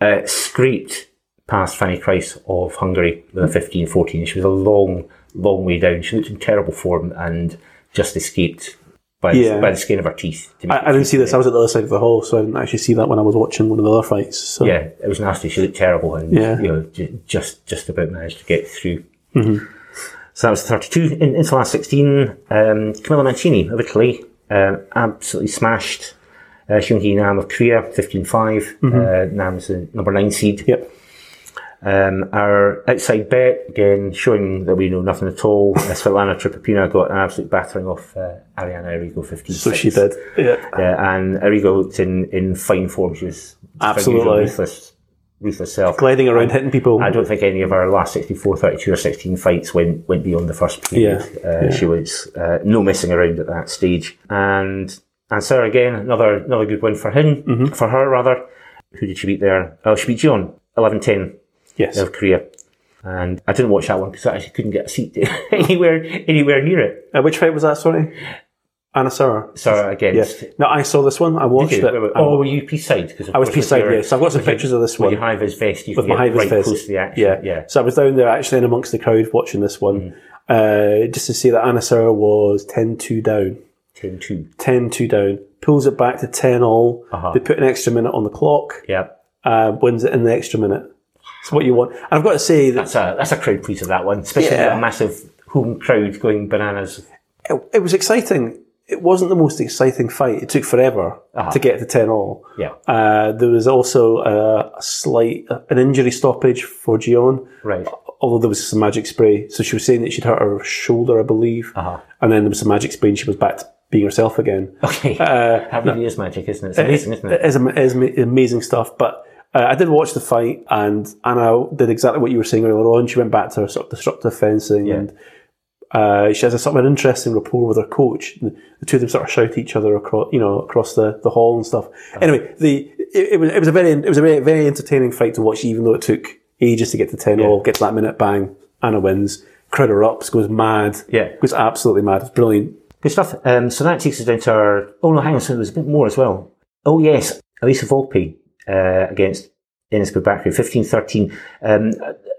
Speaker 2: uh, scraped past Fanny Kreis of Hungary with
Speaker 5: Hmm.
Speaker 2: a 15 14. She was a long, long way down. She looked in terrible form and just escaped by,
Speaker 5: Yeah.
Speaker 2: the, by the skin of her teeth.
Speaker 5: I,
Speaker 2: to make it
Speaker 5: I didn't
Speaker 2: through
Speaker 5: see
Speaker 2: to
Speaker 5: this. I was at the other side of the hall, so I didn't actually see that when I was watching one of the other fights. So.
Speaker 2: the- Yeah, it was nasty. She looked terrible and
Speaker 5: Yeah.
Speaker 2: you know, ju- just, just about managed to get through.
Speaker 5: Mm-hmm.
Speaker 2: So that was 32. In, into the last 16, um, Camilla Mancini of Italy um, absolutely smashed uh, Hyunhee Nam of Korea 15 5. Uh, Nam's the number 9 seed.
Speaker 5: Mm-hmm. Yep.
Speaker 2: Um, our outside bet, again, showing that we know nothing at all. Uh, Svetlana Tripopina got an absolute battering off uh, Ariana Arrigo 15
Speaker 5: So she did. Yeah.
Speaker 2: Yeah, and Arrigo looked in, in fine form. She was
Speaker 5: Absolutely.
Speaker 2: ruthless, ruthless self.
Speaker 5: Gliding around, hitting people.
Speaker 2: I don't think any of our last 64, 32 or 16 fights went, went beyond the first period.
Speaker 5: Yeah,
Speaker 2: Uh, She was uh, no messing around at that stage. And and Sarah again, another another good win for him,
Speaker 5: Mm-hmm.
Speaker 2: for her rather. Who did she beat there? Oh, she beat John, 11-10
Speaker 5: yes.
Speaker 2: of Korea. And I didn't watch that one because I actually couldn't get a seat anywhere anywhere near it.
Speaker 5: Uh, which fight was that? Sorry. Anna Sauer.
Speaker 2: Sarah against.
Speaker 5: Yes. No, I saw this one. I watched
Speaker 2: Did you?
Speaker 5: it.
Speaker 2: Wait, wait,
Speaker 5: Um,
Speaker 2: oh, were you peace side?
Speaker 5: I was peace side. Yes, I've got some pictures of this
Speaker 2: With
Speaker 5: one
Speaker 2: your high vis vest, you
Speaker 5: with
Speaker 2: can
Speaker 5: my
Speaker 2: get
Speaker 5: high vis
Speaker 2: right
Speaker 5: vest.
Speaker 2: close to the action.
Speaker 5: Yeah.
Speaker 2: yeah.
Speaker 5: So I was down there actually in amongst the crowd watching this one,
Speaker 2: Mm-hmm.
Speaker 5: uh, just to see that Anna Sauer was 10-2 down.
Speaker 2: Turn two.
Speaker 5: 10-2 down. Pulls it back to 10 all.
Speaker 2: Uh-huh.
Speaker 5: They put an extra minute on the clock.
Speaker 2: Yeah.
Speaker 5: Uh, wins it in the extra minute. It's what you want. And I've got to say that
Speaker 2: That's a that's a crowd pleaser that one, especially
Speaker 5: Yeah.
Speaker 2: with a massive home crowd going bananas.
Speaker 5: it, it was exciting. It wasn't the most exciting fight. It took forever to get to 10 all.
Speaker 2: Uh-huh. Yeah,
Speaker 5: Uh, there was also a, a slight an injury stoppage for Gion,
Speaker 2: right.
Speaker 5: although there was some magic spray. So she was saying that she'd hurt her shoulder, I believe,
Speaker 2: Uh-huh.
Speaker 5: and then there was some magic spray, and she was back to being herself again.
Speaker 2: Okay, that really is magic, isn't it? It's amazing, isn't
Speaker 5: It
Speaker 2: it?
Speaker 5: is, am- it is ma- amazing stuff. But uh, I did watch the fight, and Anna did exactly what you were saying earlier on. She went back to her sort of disruptive fencing, and uh, she has a sort of an interesting rapport with her coach. The, the two of them sort of shout at each other across, you know, across the, the hall and stuff.
Speaker 2: Uh-huh.
Speaker 5: Anyway, the it, it was it was a very it was a very very entertaining fight to watch, even though it took ages to get to ten all, get to that minute, bang, Anna wins. Crowd erupts, goes mad.
Speaker 2: Yeah.
Speaker 5: goes absolutely mad. It's brilliant.
Speaker 2: Good stuff. Um, so that takes us down to our. Oh no, hang on. So there's a bit more as well. Oh yes, Elisa Volpe uh, against Inns Bakri, fifteen thirteen. Um,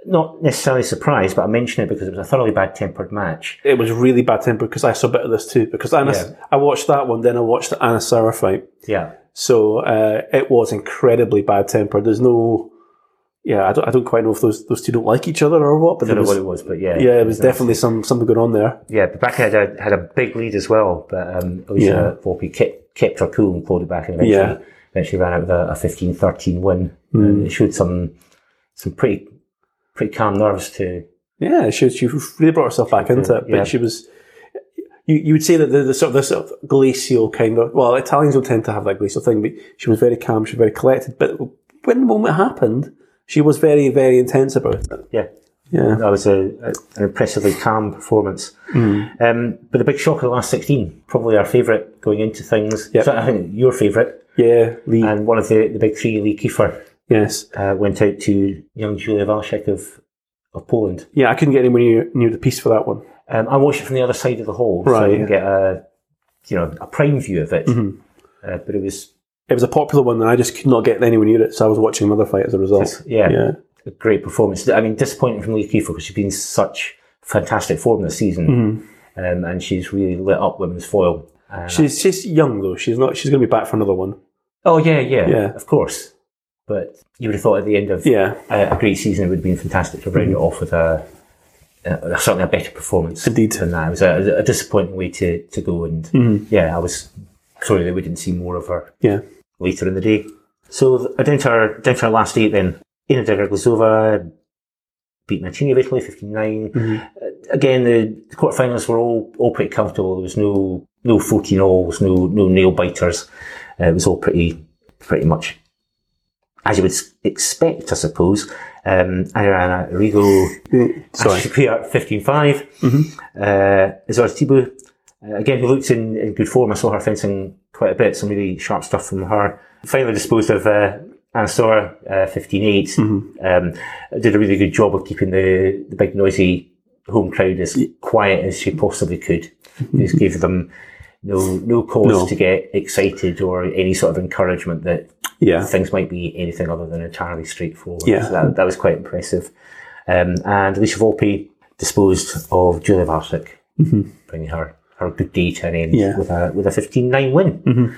Speaker 2: not necessarily surprised, but I mention it because it was a thoroughly bad-tempered match.
Speaker 5: it was really bad temper because I saw a bit of this too. Because Anna,
Speaker 2: Yeah.
Speaker 5: I watched that one, then I watched the Anna Sarah fight.
Speaker 2: Yeah,
Speaker 5: So uh, it was incredibly bad tempered. There's no, yeah, I don't, I don't quite know if those those two don't like each other or what, but
Speaker 2: I
Speaker 5: there
Speaker 2: don't know
Speaker 5: was,
Speaker 2: what it was, but yeah,
Speaker 5: yeah, it was
Speaker 2: nasty.
Speaker 5: definitely some something going on there.
Speaker 2: Yeah, but Bakri had a, had a big lead as well, but um, Alicia Volpe kept, kept her cool and pulled it back and eventually,
Speaker 5: Yeah. Mm.
Speaker 2: eventually ran out with a, a 15 13 win. And it showed some some pretty pretty calm nerves to.
Speaker 5: Yeah, she she really brought herself back into it, but
Speaker 2: Yeah.
Speaker 5: she was. you, you would say that the, the sort of this sort of glacial kind of well, Italians will tend to have that glacial thing, but she was very calm, she was very collected. But when the moment happened, she was very, very intense about it.
Speaker 2: Yeah.
Speaker 5: Yeah.
Speaker 2: That was a, a, an impressively calm performance.
Speaker 5: Mm.
Speaker 2: Um, but the big shock of the last 16, probably our favourite going into things.
Speaker 5: Yep.
Speaker 2: So I think your favourite.
Speaker 5: Yeah, Lee.
Speaker 2: And one of the, the big three, Lee Kiefer,
Speaker 5: yes.
Speaker 2: uh, went out to young Julia Walczyk of, of Poland.
Speaker 5: Yeah, I couldn't get anywhere near, near the piece for that one.
Speaker 2: Um, I watched it from the other side of the hall, so I
Speaker 5: Right. Mm-hmm.
Speaker 2: didn't get a you know a prime view of it. Uh, but it was
Speaker 5: It was a popular one, and I just could not get anywhere near it, so I was watching another fight as a result.
Speaker 2: yeah,
Speaker 5: Yeah.
Speaker 2: a great performance. I mean, disappointing from Lee Kiefer because she's been such fantastic form this season,
Speaker 5: Mm-hmm.
Speaker 2: um, and she's really lit up women's foil. And
Speaker 5: She's she's young though. She's not. She's going to be back for another one.
Speaker 2: oh yeah, yeah,
Speaker 5: Yeah.
Speaker 2: of course. But you would have thought at the end of uh,
Speaker 5: Yeah. Mm-hmm.
Speaker 2: a, a great season, it would have been fantastic to round it off with a, a certainly a better performance
Speaker 5: Indeed. Mm-hmm.
Speaker 2: than that. It was a, a disappointing way to, to go, and yeah, I was sorry that we didn't see more of her.
Speaker 5: Yeah.
Speaker 2: later in the day. So th- down to our, down to our last eight then. Ina Glazova beat Mancini of Italy, 59. Uh, again, the, the quarterfinals were all, all pretty comfortable. There was no no 14 alls, no no nail biters. Uh, it was all pretty pretty much as you would s- expect, I suppose. Um, Ariana Rigo,
Speaker 5: Sorry.
Speaker 2: Ashapia at 15 5. Uh, Azor Tibu, uh, again, who looked in, in good form. I saw her fencing quite a bit, some really sharp stuff from her. Finally disposed of uh, Anasora, uh, 15 8. Um, did a really good job of keeping the, the big, noisy home crowd as quiet as she possibly could. Just gave them no, no cause
Speaker 5: No.
Speaker 2: to get excited or any sort of encouragement that
Speaker 5: Yeah.
Speaker 2: things might be anything other than entirely straightforward.
Speaker 5: Yeah.
Speaker 2: So that, that was quite impressive. Um, and Alicia Volpe disposed of Julia Varsic, bringing her, her good day to an end
Speaker 5: Mm-hmm. Yeah. Mm-hmm.
Speaker 2: with a with a 15 9 win.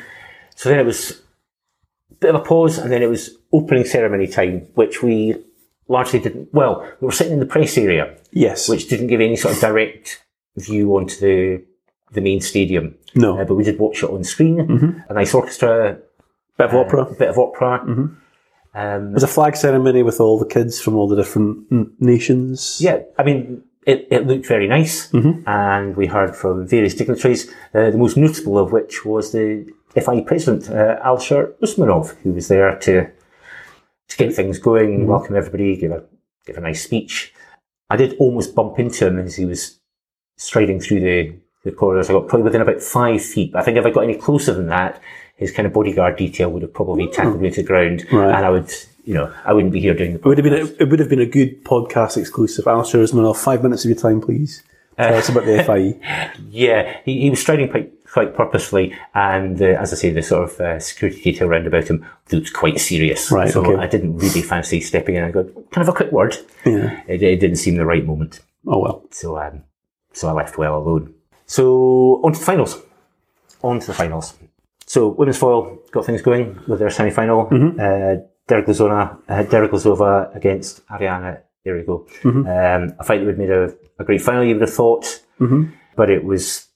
Speaker 2: So then it was a bit of a pause, and then it was opening ceremony time, which we largely didn't. Well, we were sitting in the press area,
Speaker 5: Yes.
Speaker 2: which didn't give any sort of direct view onto the the main stadium.
Speaker 5: No. Mm-hmm.
Speaker 2: Uh, but we did watch it on screen. A nice orchestra
Speaker 5: Bit of opera.
Speaker 2: a bit of opera. Um,
Speaker 5: It was a flag ceremony with all the kids from all the different mm, nations.
Speaker 2: yeah, I mean, it, it looked very nice, and we heard from various dignitaries, uh, the most notable of which was the FI president, uh, Alshar Usmanov, who was there to to get things going, welcome everybody, give a give a nice speech. I did almost bump into him as he was striding through the, the corridors. I got probably within about five feet. I think if I got any closer than that, his kind of bodyguard detail would have probably tackled me to the ground,
Speaker 5: Right.
Speaker 2: and I would, you know, I wouldn't be here doing the
Speaker 5: It would have been a, it would have been a good podcast exclusive. Alistair Ismanov, five minutes of your time, please.
Speaker 2: Uh,
Speaker 5: Tell us about the E. FIE.
Speaker 2: Yeah, he, he was striding quite, quite purposefully, and uh, as I say, the sort of uh, security detail round about him looked quite serious.
Speaker 5: Right,
Speaker 2: so
Speaker 5: okay.
Speaker 2: I didn't really fancy stepping in and going, kind of a quick word.
Speaker 5: Yeah.
Speaker 2: It, it didn't seem the right moment,
Speaker 5: Oh well.
Speaker 2: so um, so I left well alone. So on to the finals. On to the finals. So women's foil got things going with their semi final.
Speaker 5: Mm-hmm.
Speaker 2: Uh, Derek Lozona, uh, Derek Lozova against Ariana Irigo.
Speaker 5: Mm-hmm.
Speaker 2: Um, a fight that would have made a, a great final, you would have thought but it was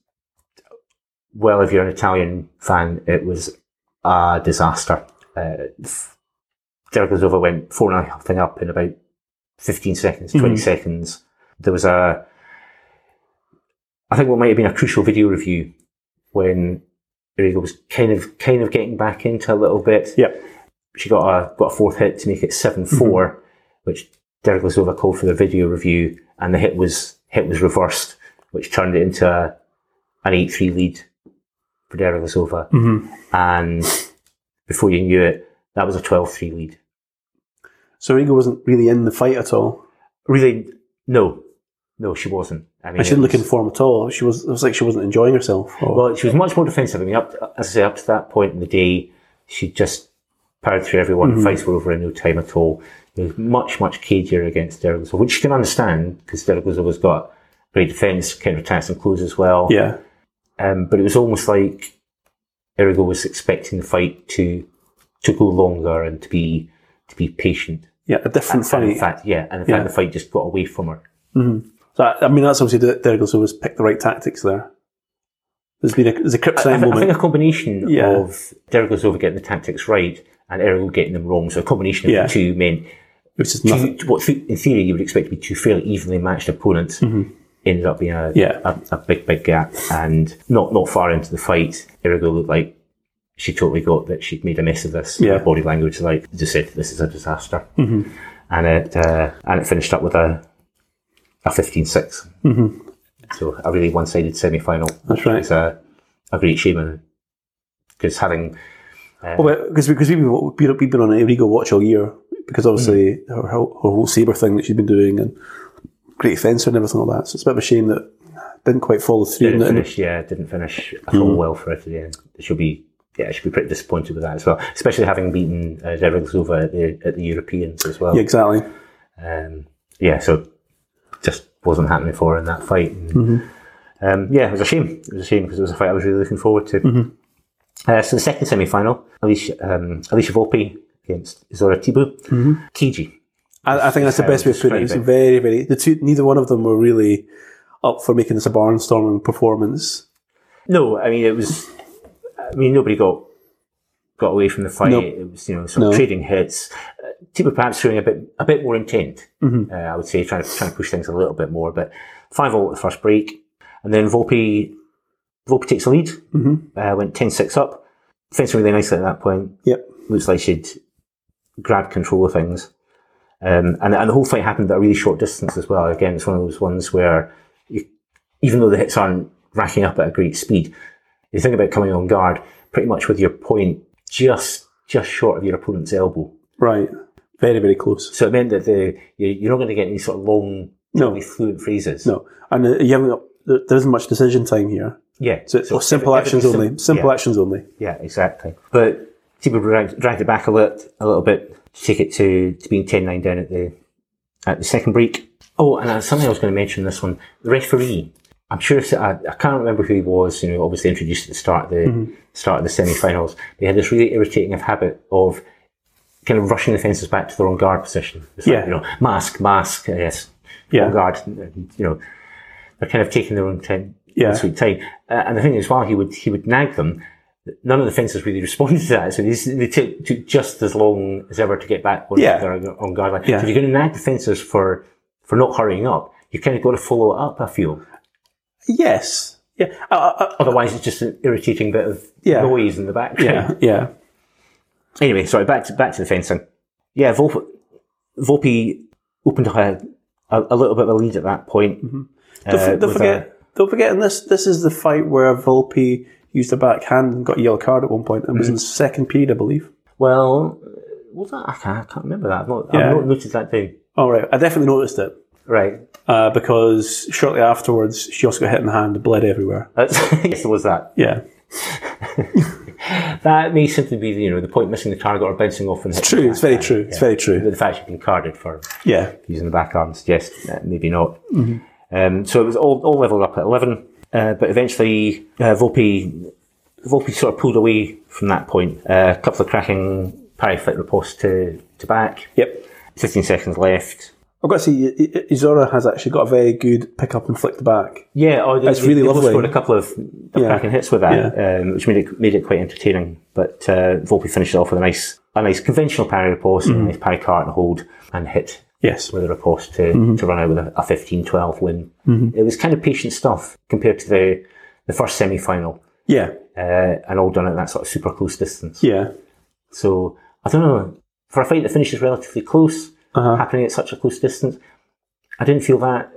Speaker 2: well if you're an italian fan it was a disaster uh, f- derek Lazova went four and a half thing up in about 15 seconds 20 seconds there was a i think what might have been a crucial video review when Irigo was kind of kind of getting back into a little bit
Speaker 5: Yep.
Speaker 2: she got a got a fourth hit to make it 7 4 which Derek Lazova called for the video review, and the hit was hit was reversed, which turned it into a, an eight three lead for Derek Lazova. And before you knew it, that was a 12-3 lead.
Speaker 5: So Rigo wasn't really in the fight at all.
Speaker 2: Really, no, no, she wasn't. I mean,
Speaker 5: And she didn't
Speaker 2: it
Speaker 5: look in
Speaker 2: was-
Speaker 5: form at all. She was. It was like she wasn't enjoying herself. Or,
Speaker 2: Well, she was much more defensive. I mean, up as I say, up to that point in the day, she just powered through everyone.
Speaker 5: Mm-hmm.
Speaker 2: Fights were over in no time at all. It was much, much cagier against Derrigozov, which you can understand because Derrigozov has got great defence, counter attacks and close as well.
Speaker 5: yeah.
Speaker 2: Um, but it was almost like Erigo was expecting the fight to to go longer and to be to be patient.
Speaker 5: Yeah. A different
Speaker 2: And
Speaker 5: fight.
Speaker 2: in fact, yeah, and in
Speaker 5: Yeah.
Speaker 2: fact, the fight just got away from her.
Speaker 5: That, I mean, that's obviously De- Derek Lewis always picked the right tactics there. There's been a, there's a
Speaker 2: I,
Speaker 5: Kripstein
Speaker 2: thi- I think
Speaker 5: moment.
Speaker 2: a combination
Speaker 5: Yeah.
Speaker 2: of Derrigozova getting the tactics right and Erigo getting them wrong. So a combination of
Speaker 5: Yeah.
Speaker 2: the two meant
Speaker 5: It was just
Speaker 2: two-
Speaker 5: nothing.
Speaker 2: what th- in theory you would expect to be two fairly evenly matched opponents ended up being a,
Speaker 5: Mm-hmm. Yeah.
Speaker 2: a, a big, big gap. And not, not far into the fight, Irigo looked like she totally got that she'd made a mess of this.
Speaker 5: Yeah. Mm-hmm.
Speaker 2: Her body language, like, just said, this is a disaster. And it uh, and it finished up with a a 15 6.
Speaker 5: Mm-hmm.
Speaker 2: So a really one sided semi final.
Speaker 5: That's right.
Speaker 2: It's a, a great shame because having
Speaker 5: Because because we've been, we've been on an Erigo watch all year because obviously
Speaker 2: Mm.
Speaker 5: her, her whole saber thing that she's been doing and great fencer and everything like that. So it's a bit of a shame that didn't quite follow through.
Speaker 2: didn't
Speaker 5: And- and-
Speaker 2: finish, yeah, didn't finish at all well for her at the end. She'll be, yeah, she'll be pretty disappointed with that as well, especially having beaten uh, Devilsova at the, at the Europeans as well.
Speaker 5: yeah, exactly.
Speaker 2: Um, yeah, so just wasn't happening for her in that fight. And, Um, yeah, it was a shame. It was a shame because it was a fight I was really looking forward to. Uh, so the second semi-final, Alicia, um, Alicia Volpe against Zora Tibu. TG.
Speaker 5: I, I think that's the best way of putting it. It's very, very. The two, neither one of them were really up for making this a barnstorming performance.
Speaker 2: No, I mean it was. I mean nobody got got away from the fight.
Speaker 5: Nope.
Speaker 2: It was you know sort of
Speaker 5: No.
Speaker 2: trading hits. Uh, Tibu perhaps showing a bit a bit more intent. Uh, I would say trying to trying to push things a little bit more. But five all at the first break, and then Volpe Volpe takes the lead. Mm-hmm. Uh, went 10-6 up. Fencing really nicely at that point.
Speaker 5: Yep.
Speaker 2: Looks like she'd grabbed control of things. Um, and, and the whole fight happened at a really short distance as well. Again, it's one of those ones where you, even though the hits aren't racking up at a great speed, you think about coming on guard pretty much with your point just just short of your opponent's elbow.
Speaker 5: Right. Very, very close.
Speaker 2: So it meant that the you- you're not going to get any sort of long,
Speaker 5: No.
Speaker 2: really fluent phrases.
Speaker 5: No. And uh, you haven't got, there, there isn't much decision time here.
Speaker 2: Yeah.
Speaker 5: So it's simple actions
Speaker 2: everything's sim-
Speaker 5: only. Simple
Speaker 2: yeah.
Speaker 5: actions only.
Speaker 2: Yeah, exactly. But people dragged, dragged it back a little, a little bit to take it to, to being 10-9 down at the at the second break. Oh, and that's something I was going to mention in this one. The referee, I'm sure, if, I, I can't remember who he was, you know, obviously introduced at the start of the,
Speaker 5: Mm-hmm.
Speaker 2: start of the semi-finals. But he had this really irritating habit of kind of rushing the fences back to their own guard position. It's like,
Speaker 5: Yeah.
Speaker 2: you know, mask, mask, yes,
Speaker 5: Yeah.
Speaker 2: on guard, you know, they're kind of taking their own time,
Speaker 5: Yeah.
Speaker 2: sweet time. Uh, and the thing is, while he would he would nag them, none of the fences really responded to that. So they, s- they took, took just as long as ever to get back on,
Speaker 5: Yeah.
Speaker 2: their on guard line.
Speaker 5: Yeah.
Speaker 2: So if you're going to nag the fences for for not hurrying up, you kind of got to follow it up. I feel
Speaker 5: Yes. Yeah. Uh, I, I, I-
Speaker 2: otherwise it's just an irritating bit of
Speaker 5: Yeah.
Speaker 2: noise in the background.
Speaker 5: yeah. Yeah.
Speaker 2: Anyway, sorry, back to back to the fencing. Yeah, Volpe, Volpe opened up a, a, a little bit of a lead at that point.
Speaker 5: Mm-hmm. Don't, f-
Speaker 2: Uh,
Speaker 5: don't
Speaker 2: with
Speaker 5: forget. don't forget. And this this is the fight where Volpe used a backhand and got a yellow card at one point, and was
Speaker 2: Mm-hmm.
Speaker 5: in the second period, I believe.
Speaker 2: Well, uh, was that? I can't, I can't remember that. I've not,
Speaker 5: Yeah.
Speaker 2: I've not noticed that down.
Speaker 5: All right, I definitely noticed it
Speaker 2: Right.
Speaker 5: uh, because shortly afterwards she also got hit in the hand, blood everywhere.
Speaker 2: That's, yes, there was that.
Speaker 5: Yeah,
Speaker 2: That may simply be you know the point missing the target or bouncing off and it's
Speaker 5: true. It's very true. It's very true.
Speaker 2: The fact you've been carded for
Speaker 5: Yeah,
Speaker 2: using the back arm suggests that maybe not.
Speaker 5: Mm-hmm.
Speaker 2: Um, so it was all, all leveled up at eleven, uh, but eventually uh, Volpe Volpe sort of pulled away from that point. Uh, a couple of cracking parry fit riposte to to back.
Speaker 5: Yep.
Speaker 2: Fifteen seconds left.
Speaker 5: I've got to see. I- I- Izora has actually got a very good pick up and flick the back.
Speaker 2: Yeah, oh, they,
Speaker 5: That's really
Speaker 2: they
Speaker 5: lovely.
Speaker 2: Scored a couple of
Speaker 5: Yeah.
Speaker 2: cracking hits with that, um, which made it made it quite entertaining. But uh, Volpe finished it off with a nice a nice conventional parry riposte,
Speaker 5: Mm-hmm.
Speaker 2: a nice parry cart and hold and hit
Speaker 5: Yes.
Speaker 2: with a riposte to,
Speaker 5: Mm-hmm.
Speaker 2: to run out with a, a 15-12 win. It was kind of patient stuff compared to the the first semi final,
Speaker 5: Yeah.
Speaker 2: uh, and all done at that sort of super close distance.
Speaker 5: Yeah.
Speaker 2: So I don't know for a fight that finishes relatively close,
Speaker 5: Uh-huh.
Speaker 2: happening at such a close distance, I didn't feel that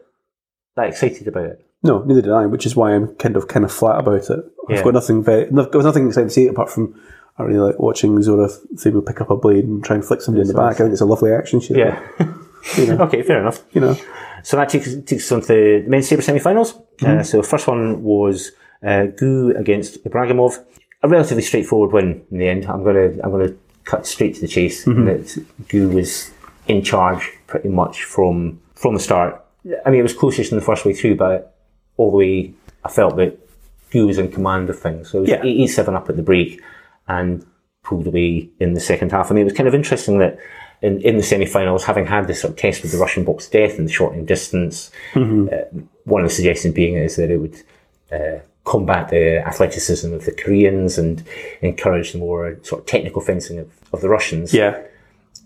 Speaker 2: that excited about it.
Speaker 5: No, neither did I, which is why I'm kind of kind of flat about it. I've
Speaker 2: Yeah.
Speaker 5: got nothing very, no- got nothing exciting to say apart from I really like watching Zora Thibault pick up a blade and try and flick somebody in the back. I think it's a lovely action. She
Speaker 2: Yeah. okay, fair enough.
Speaker 5: you know,
Speaker 2: So that takes, takes us on to the men's sabre semi-finals. Uh, so the first one was uh, Gu against Ibragimov. A relatively straightforward win in the end. I'm gonna I'm gonna cut straight to the chase. That Gu was in charge pretty much from from the start. I mean, it was closest in the first way through, but all the way I felt that Gu was in command of things. So it was
Speaker 5: Yeah.
Speaker 2: 87 up at the break and pulled away in the second half. I mean, it was kind of interesting that in, in the semi finals, having had this sort of test with the Russian box death and the shortening distance,
Speaker 5: Mm-hmm.
Speaker 2: uh, one of the suggestions being is that it would uh, combat the athleticism of the Koreans and encourage the more sort of technical fencing of, of the Russians.
Speaker 5: yeah.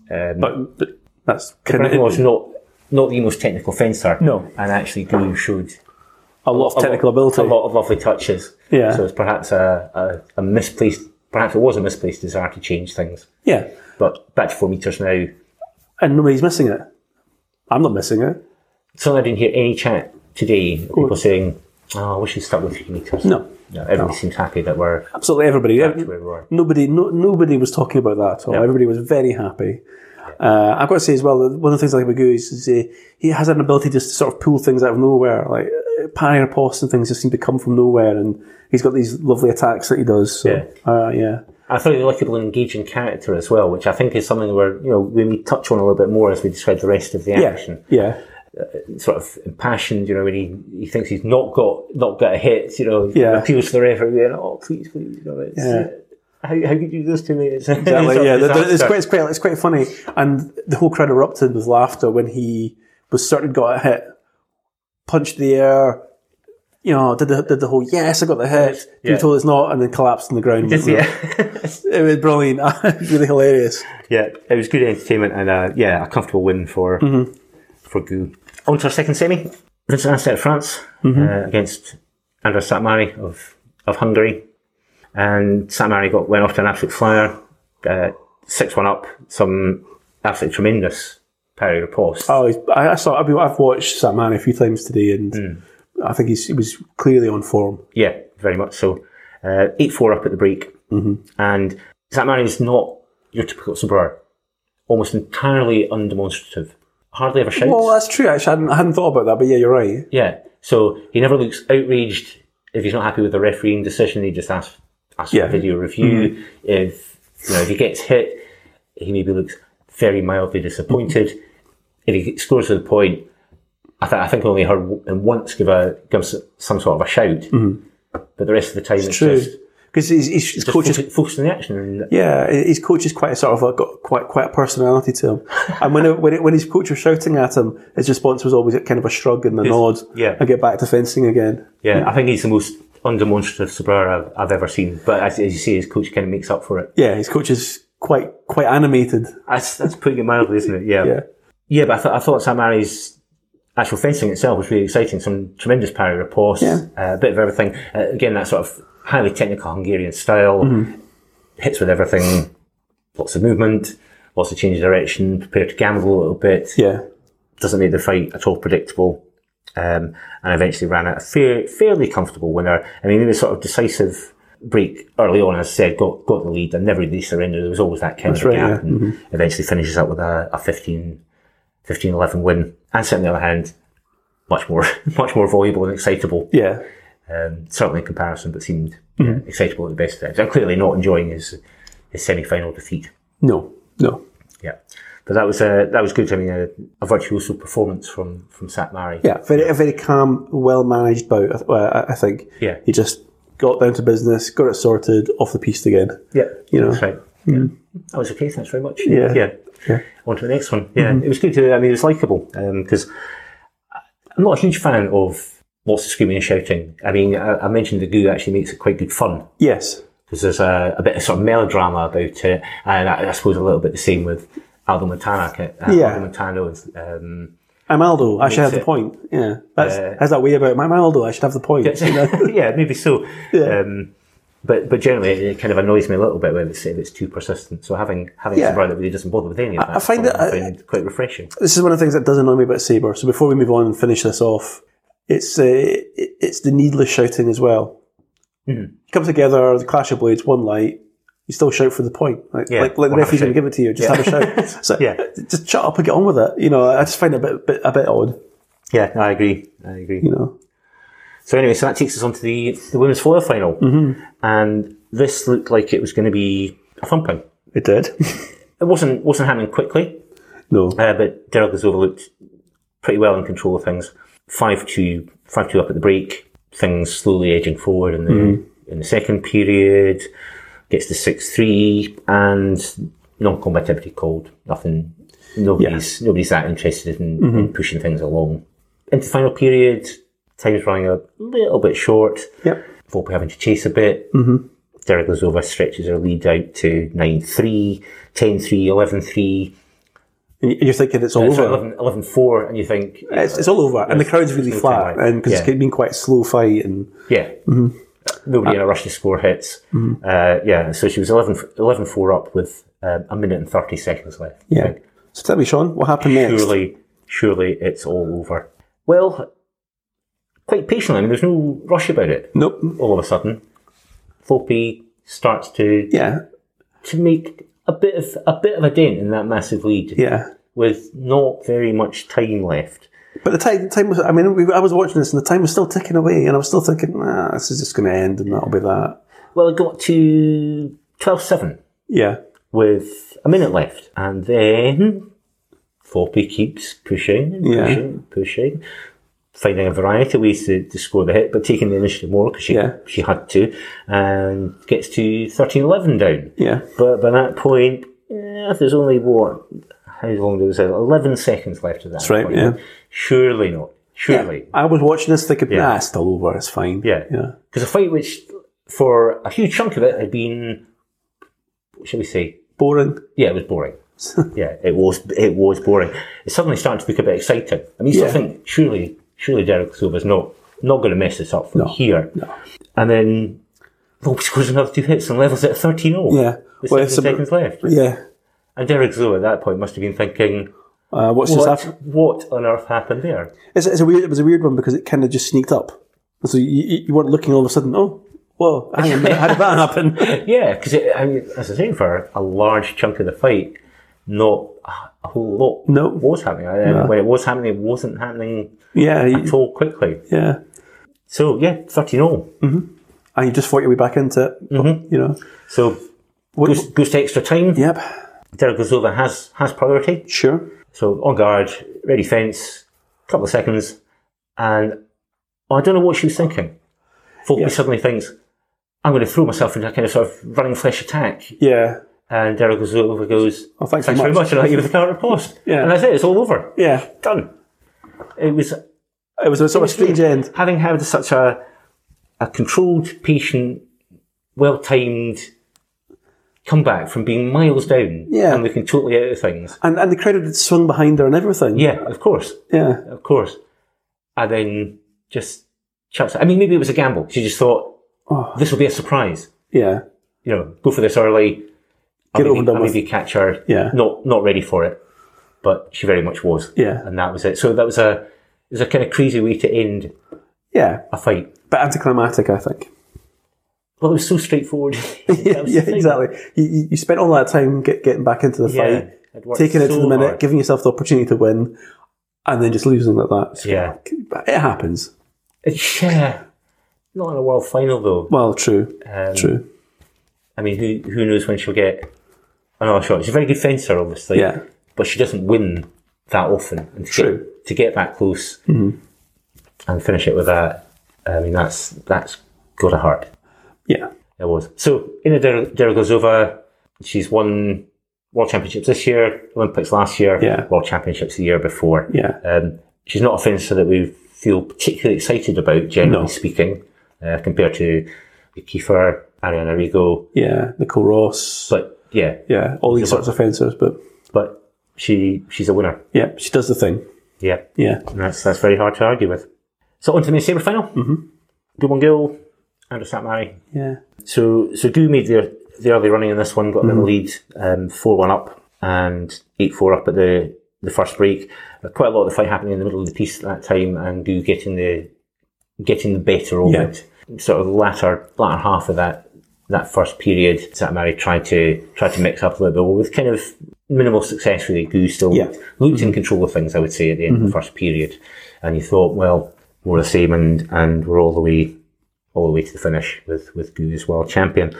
Speaker 5: but, but that's kind
Speaker 2: Brandon was
Speaker 5: of
Speaker 2: not not the most technical fencer.
Speaker 5: No.
Speaker 2: and actually Gu showed
Speaker 5: a lot of technical ability.
Speaker 2: a lot of lovely touches.
Speaker 5: Yeah.
Speaker 2: So it's perhaps a, a, a misplaced, perhaps it was a misplaced desire to change things.
Speaker 5: Yeah,
Speaker 2: But back to four metres now.
Speaker 5: and nobody's missing it. I'm not missing it.
Speaker 2: Certainly I didn't hear any chat today of people saying, oh, I wish you'd stuck with three metres.
Speaker 5: No.
Speaker 2: No, everyone seems happy that we're
Speaker 5: Absolutely everybody.
Speaker 2: back to where we were.
Speaker 5: Nobody, no, nobody was talking about that at all. Everybody was very happy. Uh, I've got to say as well that one of the things I like about Goo is, is he, he has an ability just to sort of pull things out of nowhere. Like uh, parry or posts and things just seem to come from nowhere, and he's got these lovely attacks that he does. So,
Speaker 2: Yeah.
Speaker 5: uh, yeah,
Speaker 2: I thought you looked at an engaging character as well, which I think is something where you know we may touch on a little bit more as we describe the rest of the
Speaker 5: yeah,
Speaker 2: action.
Speaker 5: yeah,
Speaker 2: Sort of impassioned, you know, when he, he thinks he's not got not got a hit, you know,
Speaker 5: Yeah.
Speaker 2: appeals to the referee and oh please, please, you know, it's,
Speaker 5: Yeah.
Speaker 2: how, how could you do this to me? It's,
Speaker 5: Exactly,
Speaker 2: it's a
Speaker 5: yeah, The- the- it's
Speaker 2: disaster.
Speaker 5: quite, it's quite, it's quite funny, and the whole crowd erupted with laughter when he was certain got a hit, punched the air, you know, did the, did the whole yes, I got the hit,
Speaker 2: Yeah.
Speaker 5: yeah. told it's not, and then collapsed on the ground.
Speaker 2: yeah.
Speaker 5: It was brilliant, really hilarious.
Speaker 2: yeah, it was good entertainment and uh, yeah, a comfortable win for for Goo. Mm-hmm. On to our second semi, Vincent Asset of France uh, against Andras Satmari of of Hungary, and Satmari got went off to an absolute flyer, uh, six one up, some absolutely tremendous parry riposte.
Speaker 5: Oh, he's, I, I saw. I've, been, I've watched Satman a few times today, and I think he's, he was clearly on form.
Speaker 2: Yeah, very much so. Uh, 8 4 up at the break. Mm-hmm. And Zatman is not your typical Sabrar. Almost entirely undemonstrative. Hardly ever shouts.
Speaker 5: Well, uh, that's true. Actually, I hadn't, I hadn't thought about that, but yeah, you're right.
Speaker 2: yeah. So he never looks outraged if he's not happy with the refereeing decision. He just asks, asks for
Speaker 5: Yeah. Mm-hmm.
Speaker 2: a video review. If you know if he gets hit, he maybe looks very mildly disappointed. If he scores to the point, I, th- I think I only heard w- him once give a give s- some sort of a shout. But the rest of the time, it's,
Speaker 5: Mm-hmm. True,
Speaker 2: just
Speaker 5: because his, his, his
Speaker 2: just
Speaker 5: coach is
Speaker 2: focus, focus on the action. And
Speaker 5: Yeah, his coach is quite a sort of a, got quite quite a personality to him, and when it, when, it, when his coach was shouting at him, his response was always kind of a shrug and a nod.
Speaker 2: yeah.
Speaker 5: and get back to fencing again.
Speaker 2: yeah, I think he's the most undemonstrative Sabrar I've, I've ever seen. But as, as you say, his coach kind of makes up for it.
Speaker 5: Yeah, his coach is quite quite animated.
Speaker 2: That's, that's putting it mildly, isn't it? Yeah.
Speaker 5: Yeah,
Speaker 2: Yeah, but I, th- I thought Samari's actual fencing itself was really exciting. Some tremendous parry riposte,
Speaker 5: Yeah.
Speaker 2: uh, a bit of everything. Uh, again, that sort of highly technical Hungarian style. Hits with everything, lots of movement, lots of change of direction, prepared to gamble a little bit.
Speaker 5: yeah,
Speaker 2: Doesn't make the fight at all predictable. Um, and eventually ran out a fair, fairly comfortable winner. I mean, it was sort of decisive break early on, as I said, got, got the lead and never really surrendered. There was always that kind of
Speaker 5: right,
Speaker 2: gap
Speaker 5: yeah. Mm-hmm.
Speaker 2: and eventually finishes up with a, a 15 15 11 win. And on the other hand, much more much more voluble and excitable,
Speaker 5: yeah.
Speaker 2: um, certainly in comparison, but seemed you
Speaker 5: Mm-hmm.
Speaker 2: know, excitable at the best of times. And clearly not enjoying his his semi final defeat.
Speaker 5: No, no.
Speaker 2: Yeah. But that was uh, that was good. I mean, a, a virtuoso performance from from Satmari.
Speaker 5: Yeah, very a very calm, well managed bout. I th- well, I, I think.
Speaker 2: Yeah.
Speaker 5: he just got down to business, got it sorted, off the piece again.
Speaker 2: Yeah,
Speaker 5: You know.
Speaker 2: that's right. Yeah. That was okay. Thanks very much.
Speaker 5: Yeah.
Speaker 2: yeah. On to the next one. Yeah, it was good. To, I mean, it was likable because I'm not a huge fan of lots of screaming and shouting. I mean, I, I mentioned the goo actually makes it quite good fun
Speaker 5: Yes.
Speaker 2: because there's a, a bit of sort of melodrama about it, and I, I suppose a little bit the same with Aldo Montana. ca- Uh,
Speaker 5: Yeah.
Speaker 2: Aldo Montano is. Um,
Speaker 5: I'm Aldo. I should have
Speaker 2: Makes
Speaker 5: the
Speaker 2: it-
Speaker 5: point. Yeah, that's has that way about. it. I'm Aldo. I should have the point. you know?
Speaker 2: yeah, maybe so.
Speaker 5: Yeah.
Speaker 2: Um, but but generally, it kind of annoys me a little bit when it's if it's too persistent. So having having
Speaker 5: Yeah.
Speaker 2: somebody that really doesn't bother with any of that,
Speaker 5: I find
Speaker 2: something
Speaker 5: that-
Speaker 2: find quite refreshing.
Speaker 5: this is one of the things that does annoy me about Saber. So before we move on and finish this off, it's uh, it- it's the needless shouting as well.
Speaker 2: Hmm.
Speaker 5: Come together, the clash of blades, one light. You still shout for the point. Like,
Speaker 2: Yeah,
Speaker 5: like, like the
Speaker 2: we'll have a
Speaker 5: referee's going
Speaker 2: shout.
Speaker 5: to give it to you. Just have a shout. So
Speaker 2: Yeah.
Speaker 5: just shut up and get on with it. You know, I just find it a bit, bit a bit odd.
Speaker 2: Yeah, I agree. I agree.
Speaker 5: You know,
Speaker 2: So anyway, so that takes us on to the, the women's foil final,
Speaker 5: Mm-hmm.
Speaker 2: and this looked like it was going to be a thumping.
Speaker 5: it did.
Speaker 2: It wasn't wasn't happening quickly,
Speaker 5: no,
Speaker 2: uh, but Derek Gazova looked pretty well in control of things. Five two, five two up at the break. Things slowly edging forward in the in the second period. Gets to six three and non-combativity called. Nothing. Nobody's nobody's that interested in, in pushing things along. Into the final period, time's running a little bit short.
Speaker 5: Yep.
Speaker 2: Volpe having to chase a bit. Mm-hmm. Derek Lazova stretches her lead out to 9 3, 10 3, 11 3.
Speaker 5: and you're thinking it's all
Speaker 2: It's
Speaker 5: over.
Speaker 2: 11, 11 4, and you think.
Speaker 5: It's, it's all over, and the crowd's really
Speaker 2: It's
Speaker 5: flat,
Speaker 2: fine.
Speaker 5: and because
Speaker 2: Yeah.
Speaker 5: it's been quite a slow fight, and
Speaker 2: Yeah.
Speaker 5: Mm-hmm.
Speaker 2: Nobody
Speaker 5: Uh,
Speaker 2: in a rush to score hits. Uh, yeah, so she was 11, 11 4 up with uh, a minute and 30 seconds left. I
Speaker 5: yeah.
Speaker 2: think.
Speaker 5: So tell me, Sean, what happened next?
Speaker 2: Surely, surely it's all over. Well, quite patiently, I mean, there's no rush about it.
Speaker 5: Nope.
Speaker 2: All of a sudden, Floppy starts to
Speaker 5: Yeah,
Speaker 2: to make a bit of a bit of a dent in that massive lead
Speaker 5: yeah.
Speaker 2: with not very much time left.
Speaker 5: But the time, time was. I mean, we, I was watching this, and the time was still ticking away, and I was still thinking, nah, this is just going to end, and that'll be that.
Speaker 2: Well, it got to 12 7
Speaker 5: Yeah,
Speaker 2: with a minute left. And then Floppy keeps pushing and
Speaker 5: Yeah.
Speaker 2: pushing and pushing, finding a variety of ways to, to score the hit, but taking the initiative more because she,
Speaker 5: Yeah.
Speaker 2: she had to, and gets to 13 11 down.
Speaker 5: yeah,
Speaker 2: But by that point, eh, there's only what? How long there was it? 11 seconds left of that. That's
Speaker 5: right, yeah.
Speaker 2: Surely not. Surely.
Speaker 5: I was watching this thinking,
Speaker 2: Yeah.
Speaker 5: nah, it's still over. It's fine.
Speaker 2: Yeah.
Speaker 5: yeah,
Speaker 2: Because a fight which, for a huge chunk of it, had been, what shall we say,
Speaker 5: boring.
Speaker 2: yeah, it was boring. yeah, it was it was boring. It's suddenly starting to look a bit exciting. I mean, you
Speaker 5: Yeah.
Speaker 2: still think surely surely Derek Silva's not not going to mess this up from here. And then well, he scores another two hits and levels it at 13 0.
Speaker 5: Yeah.
Speaker 2: With
Speaker 5: Well,
Speaker 2: 16
Speaker 5: it's a-
Speaker 2: seconds left.
Speaker 5: Yeah,
Speaker 2: And Derek Silva at that point must have been thinking,
Speaker 5: uh, what's just
Speaker 2: what,
Speaker 5: after?
Speaker 2: what on earth happened there?
Speaker 5: It's, it's a weird. It was a weird one because it kind of just sneaked up, And so you, you you weren't looking all of a sudden. Oh, whoa! Hang on, a minute, how did that happen?
Speaker 2: Yeah, because I mean, as I say, for a large chunk of the fight, not a whole lot
Speaker 5: No.
Speaker 2: was happening. And When it was happening, it wasn't happening
Speaker 5: Yeah, you-
Speaker 2: at all quickly.
Speaker 5: yeah.
Speaker 2: So yeah, oh. 13 0.
Speaker 5: And you just fought your way back into it.
Speaker 2: Mm-hmm.
Speaker 5: You know.
Speaker 2: So goes, goes to extra time.
Speaker 5: Yep.
Speaker 2: Derek Gozova has has priority.
Speaker 5: Sure.
Speaker 2: So on guard, ready fence, couple of seconds, and I don't know what she was thinking. Fulby
Speaker 5: Yeah.
Speaker 2: suddenly thinks, I'm going to throw myself into a kind of sort of running flesh attack.
Speaker 5: Yeah.
Speaker 2: And Derek Gozova goes,
Speaker 5: Oh, thanks so
Speaker 2: very
Speaker 5: much.
Speaker 2: much, and I give the counter post.
Speaker 5: Yeah.
Speaker 2: And that's it, it's all over.
Speaker 5: Yeah.
Speaker 2: Done. It was
Speaker 5: It was a sort of
Speaker 2: It's
Speaker 5: strange
Speaker 2: weird.
Speaker 5: end.
Speaker 2: Having had such a a controlled, patient, well timed comeback from being miles down
Speaker 5: Yeah.
Speaker 2: and looking totally out of things.
Speaker 5: And and the crowd had swung behind her and everything.
Speaker 2: Yeah, of course,
Speaker 5: Yeah.
Speaker 2: of course. And then just chucks. I mean, maybe it was a gamble. She just thought
Speaker 5: Oh.
Speaker 2: this will be a surprise.
Speaker 5: Yeah.
Speaker 2: You know, go for this early. I'll
Speaker 5: Get it over and
Speaker 2: maybe,
Speaker 5: done
Speaker 2: I'll
Speaker 5: with.
Speaker 2: maybe catch her.
Speaker 5: Yeah.
Speaker 2: Not not ready for it, but she very much was.
Speaker 5: Yeah.
Speaker 2: And that was it. So that was a it was a kind of crazy way to end
Speaker 5: Yeah.
Speaker 2: a fight.
Speaker 5: But anticlimactic, I think.
Speaker 2: Well, it was so straightforward.
Speaker 5: yeah,
Speaker 2: That was the
Speaker 5: yeah,
Speaker 2: thing.
Speaker 5: exactly. You- You, you spent all that time get, getting back into the
Speaker 2: Yeah,
Speaker 5: fight,
Speaker 2: it worked
Speaker 5: taking it to
Speaker 2: so
Speaker 5: the minute,
Speaker 2: hard.
Speaker 5: giving yourself the opportunity to win, and then just losing like that. It's-
Speaker 2: Yeah.
Speaker 5: it happens.
Speaker 2: Yeah. Not in a world final though.
Speaker 5: Well, true,
Speaker 2: Um,
Speaker 5: true.
Speaker 2: I mean, who who knows when she'll get another shot? She's a very good fencer, obviously.
Speaker 5: Yeah.
Speaker 2: But she doesn't win that often. And to
Speaker 5: True. Mm-hmm.
Speaker 2: Get, to get that close and finish it with that, I mean, that's that's got to hurt.
Speaker 5: Yeah,
Speaker 2: It was. So Ina Der- Derogozova, she's won World Championships this year, Olympics last year,
Speaker 5: Yeah.
Speaker 2: World Championships the year before.
Speaker 5: Yeah.
Speaker 2: Um, she's not a fencer that we feel particularly excited about, generally
Speaker 5: No.
Speaker 2: speaking, uh, compared to Kiefer, Ariana Rigo.
Speaker 5: yeah. Nicole Ross.
Speaker 2: But yeah,
Speaker 5: yeah, all these sorts of fencers, but
Speaker 2: but she she's a winner.
Speaker 5: yeah, she does the thing.
Speaker 2: Yeah.
Speaker 5: Yeah,
Speaker 2: And that's that's very hard to argue with. So on to the main sabre final. Mm-hmm. Good one, Gill. Andrew Satmari.
Speaker 5: yeah,
Speaker 2: So so Goo made their the early running in this one, got them the lead um, four one up and eight four up at the the first break. But quite a lot of the fight happening in the middle of the piece at that time, and Goo getting the getting the better of
Speaker 5: Yeah.
Speaker 2: it. Sort of latter latter half of that that first period, Satmari tried to tried to mix up a little bit with kind of minimal success really. Goo still
Speaker 5: Yeah.
Speaker 2: looked in control of things, I would say, at the end of the first period. And you thought, well, we're the same and, and we're all the way all the way to the finish with with Goo's world champion.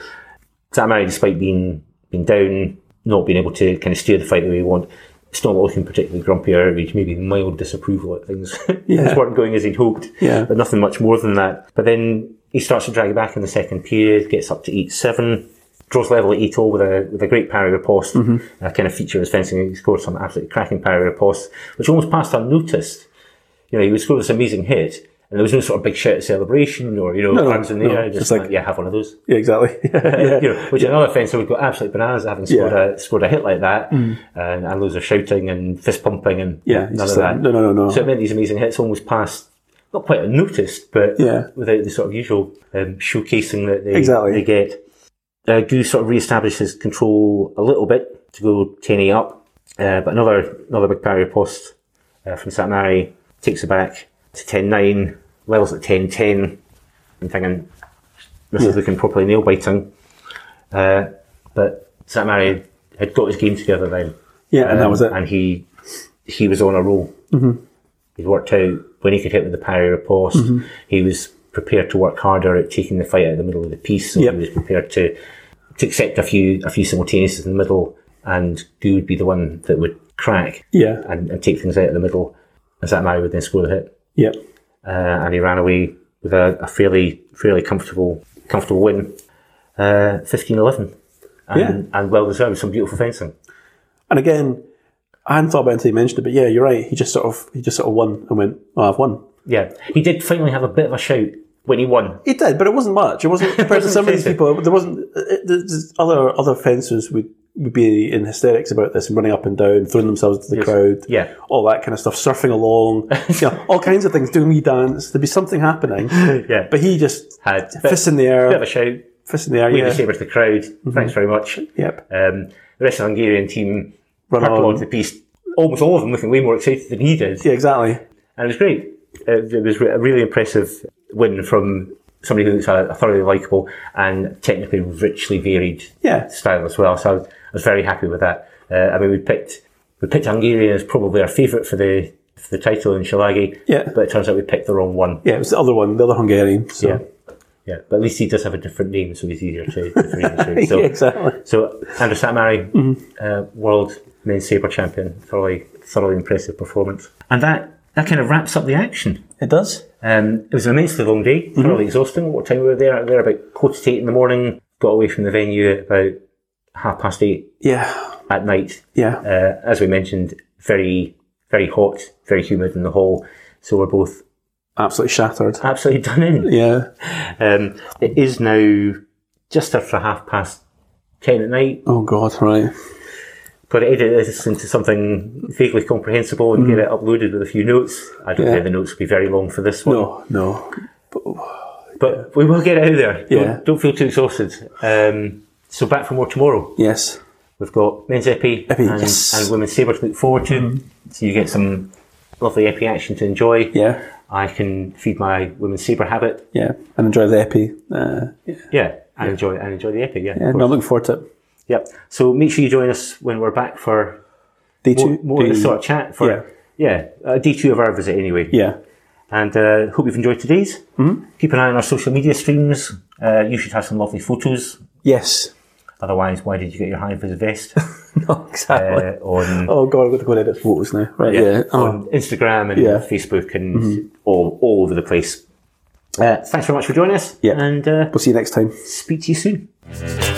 Speaker 2: Samurai, despite being being down, not being able to kind of steer the fight the way we want, still not looking particularly grumpy or outraged. Maybe mild disapproval at things
Speaker 5: Yeah.
Speaker 2: things weren't going as he'd hoped.
Speaker 5: Yeah.
Speaker 2: but nothing much more than that. But then he starts to drag it back in the second period, gets up to eight seven. Draws level at eight all with a with a great parry riposte,
Speaker 5: Mm-hmm.
Speaker 2: a kind of feature of his fencing. He scored some absolutely cracking parry riposte, which almost passed unnoticed you know, he would score this amazing hit, And there was no sort of big shout celebration or, you know,
Speaker 5: No, no,
Speaker 2: arms in the
Speaker 5: no.
Speaker 2: air.
Speaker 5: It's
Speaker 2: Just
Speaker 5: like-
Speaker 2: like, yeah, have one of those.
Speaker 5: Yeah, exactly. yeah.
Speaker 2: You know, which is another thing. So we have got absolute bananas at having scored,
Speaker 5: Yeah. Mm.
Speaker 2: a, scored a hit like that. uh, And, and loads of shouting and fist pumping and
Speaker 5: Yeah, it's
Speaker 2: none of
Speaker 5: just
Speaker 2: that.
Speaker 5: like, no, no, no, no.
Speaker 2: So it meant these amazing hits almost passed, not quite unnoticed, but
Speaker 5: Yeah.
Speaker 2: without the sort of usual um, showcasing that they,
Speaker 5: Exactly.
Speaker 2: they get. Uh, Goose sort of re-establishes control a little bit to go 10 up, uh, but another another big parry post uh, from Satmari takes it back to 10-9, levels at 10-10. I'm thinking, this is looking properly nail-biting. Uh, but Satmari had got his game together then.
Speaker 5: yeah, and that
Speaker 2: Um,
Speaker 5: was it.
Speaker 2: And he he was on a roll. Mm-hmm. He'd worked out when he could hit with the parry riposte.
Speaker 5: Mm-hmm.
Speaker 2: He was prepared to work harder at taking the fight out of the middle of the piece. So
Speaker 5: Yep.
Speaker 2: he was prepared to to accept a few a few simultaneous in the middle, and Goo would be the one that would crack
Speaker 5: Yeah,
Speaker 2: and, and take things out of the middle. As that man would then score the hit,
Speaker 5: yeah,
Speaker 2: uh, and he ran away with a, a fairly fairly comfortable comfortable win, uh, 15-11. and,
Speaker 5: Yeah.
Speaker 2: and well deserved. Some beautiful fencing.
Speaker 5: and again, I hadn't thought about it until you mentioned it, but yeah, you're right. He just sort of he just sort of won and went, "Oh, I've won."
Speaker 2: Yeah, he did finally have a bit of a shout when he won.
Speaker 5: He did, but it wasn't much. It wasn't compared to some of these people. There wasn't it, there's- there's other other fencers would would be in hysterics about this and running up and down, throwing themselves into the crowd,
Speaker 2: Yeah.
Speaker 5: all that kind of stuff, surfing along, you know, all kinds of things, doing wee dance. There'd be something happening,
Speaker 2: Yeah,
Speaker 5: but he just
Speaker 2: had a bit,
Speaker 5: fist in the
Speaker 2: bit of
Speaker 5: air,
Speaker 2: Uh, a shout.
Speaker 5: fist in the air,
Speaker 2: Waved
Speaker 5: yeah, Mm-hmm.
Speaker 2: the sabre to the crowd. Thanks very much. Um,
Speaker 5: yep,
Speaker 2: the rest of the Hungarian team
Speaker 5: run
Speaker 2: purple
Speaker 5: on,
Speaker 2: onto the piece. Almost all of them looking way more excited than he did,
Speaker 5: yeah, exactly,
Speaker 2: and it was great. Uh, It was a really impressive win from somebody who's a, a thoroughly likable and technically richly varied
Speaker 5: yeah,
Speaker 2: style as well. So I was, I was very happy with that. Uh, I mean, we picked we picked Hungarian as probably our favourite for the for the title in Shilagi,
Speaker 5: Yeah.
Speaker 2: but it turns out we picked the wrong one.
Speaker 5: yeah. It was the other one, the other Hungarian. So.
Speaker 2: Yeah. Yeah, but at least he does have a different name, so he's easier to differentiate. So,
Speaker 5: Yeah, exactly. Mm-hmm.
Speaker 2: so Andrew Satmari, uh, world men's sabre champion, thoroughly, thoroughly impressive performance, and that that kind of wraps up the action.
Speaker 5: It does.
Speaker 2: Um, it was an immensely long day,
Speaker 5: Mm-hmm.
Speaker 2: thoroughly exhausting. What time we were there? We were about quarter to eight in the morning. Got away from the venue at about half past eight
Speaker 5: Yeah,
Speaker 2: at night.
Speaker 5: yeah,
Speaker 2: Uh, as we mentioned, very, very hot, very humid in the hall. So we're both
Speaker 5: absolutely shattered.
Speaker 2: absolutely done in.
Speaker 5: Yeah,
Speaker 2: Um, it is now just after half past ten at night.
Speaker 5: Oh God, right?
Speaker 2: Got to edit this into something vaguely comprehensible and get it uploaded with a few notes. I don't
Speaker 5: Mm. Yeah.
Speaker 2: think the notes will be very long for this one,
Speaker 5: No, no.
Speaker 2: but we will get it out there.
Speaker 5: Yeah.
Speaker 2: Don't, don't feel too exhausted. Um, so back for more tomorrow.
Speaker 5: Yes,
Speaker 2: We've got men's epi,
Speaker 5: Epi,
Speaker 2: and,
Speaker 5: yes. Mm-hmm.
Speaker 2: and women's sabre to look forward to. So you get some lovely epi action to enjoy.
Speaker 5: yeah,
Speaker 2: I can feed my women's sabre habit.
Speaker 5: yeah, and enjoy the epi. Uh,
Speaker 2: Yeah, and enjoy and enjoy the epi. Yeah, of
Speaker 5: yeah, no,
Speaker 2: course.
Speaker 5: I'm looking forward to it.
Speaker 2: Yep. So make sure you join us when we're back for
Speaker 5: Day
Speaker 2: more,
Speaker 5: two,
Speaker 2: more of
Speaker 5: day-
Speaker 2: this sort of chat for yeah, uh, day two of our visit anyway.
Speaker 5: yeah,
Speaker 2: And uh, hope you've enjoyed today's. Mm-hmm. Keep an eye on our social media streams. Uh, you should have some lovely photos.
Speaker 5: yes,
Speaker 2: Otherwise, why did you get your high vis vest
Speaker 5: no, exactly.
Speaker 2: uh, on
Speaker 5: oh God, I've got to go and edit photos now. Right? Yeah. Oh,
Speaker 2: on Instagram and
Speaker 5: Yeah. Mm-hmm.
Speaker 2: Facebook and all all over the place? Uh, thanks very much for joining us.
Speaker 5: Yeah.
Speaker 2: And uh,
Speaker 5: we'll see you next time.
Speaker 2: speak to you soon.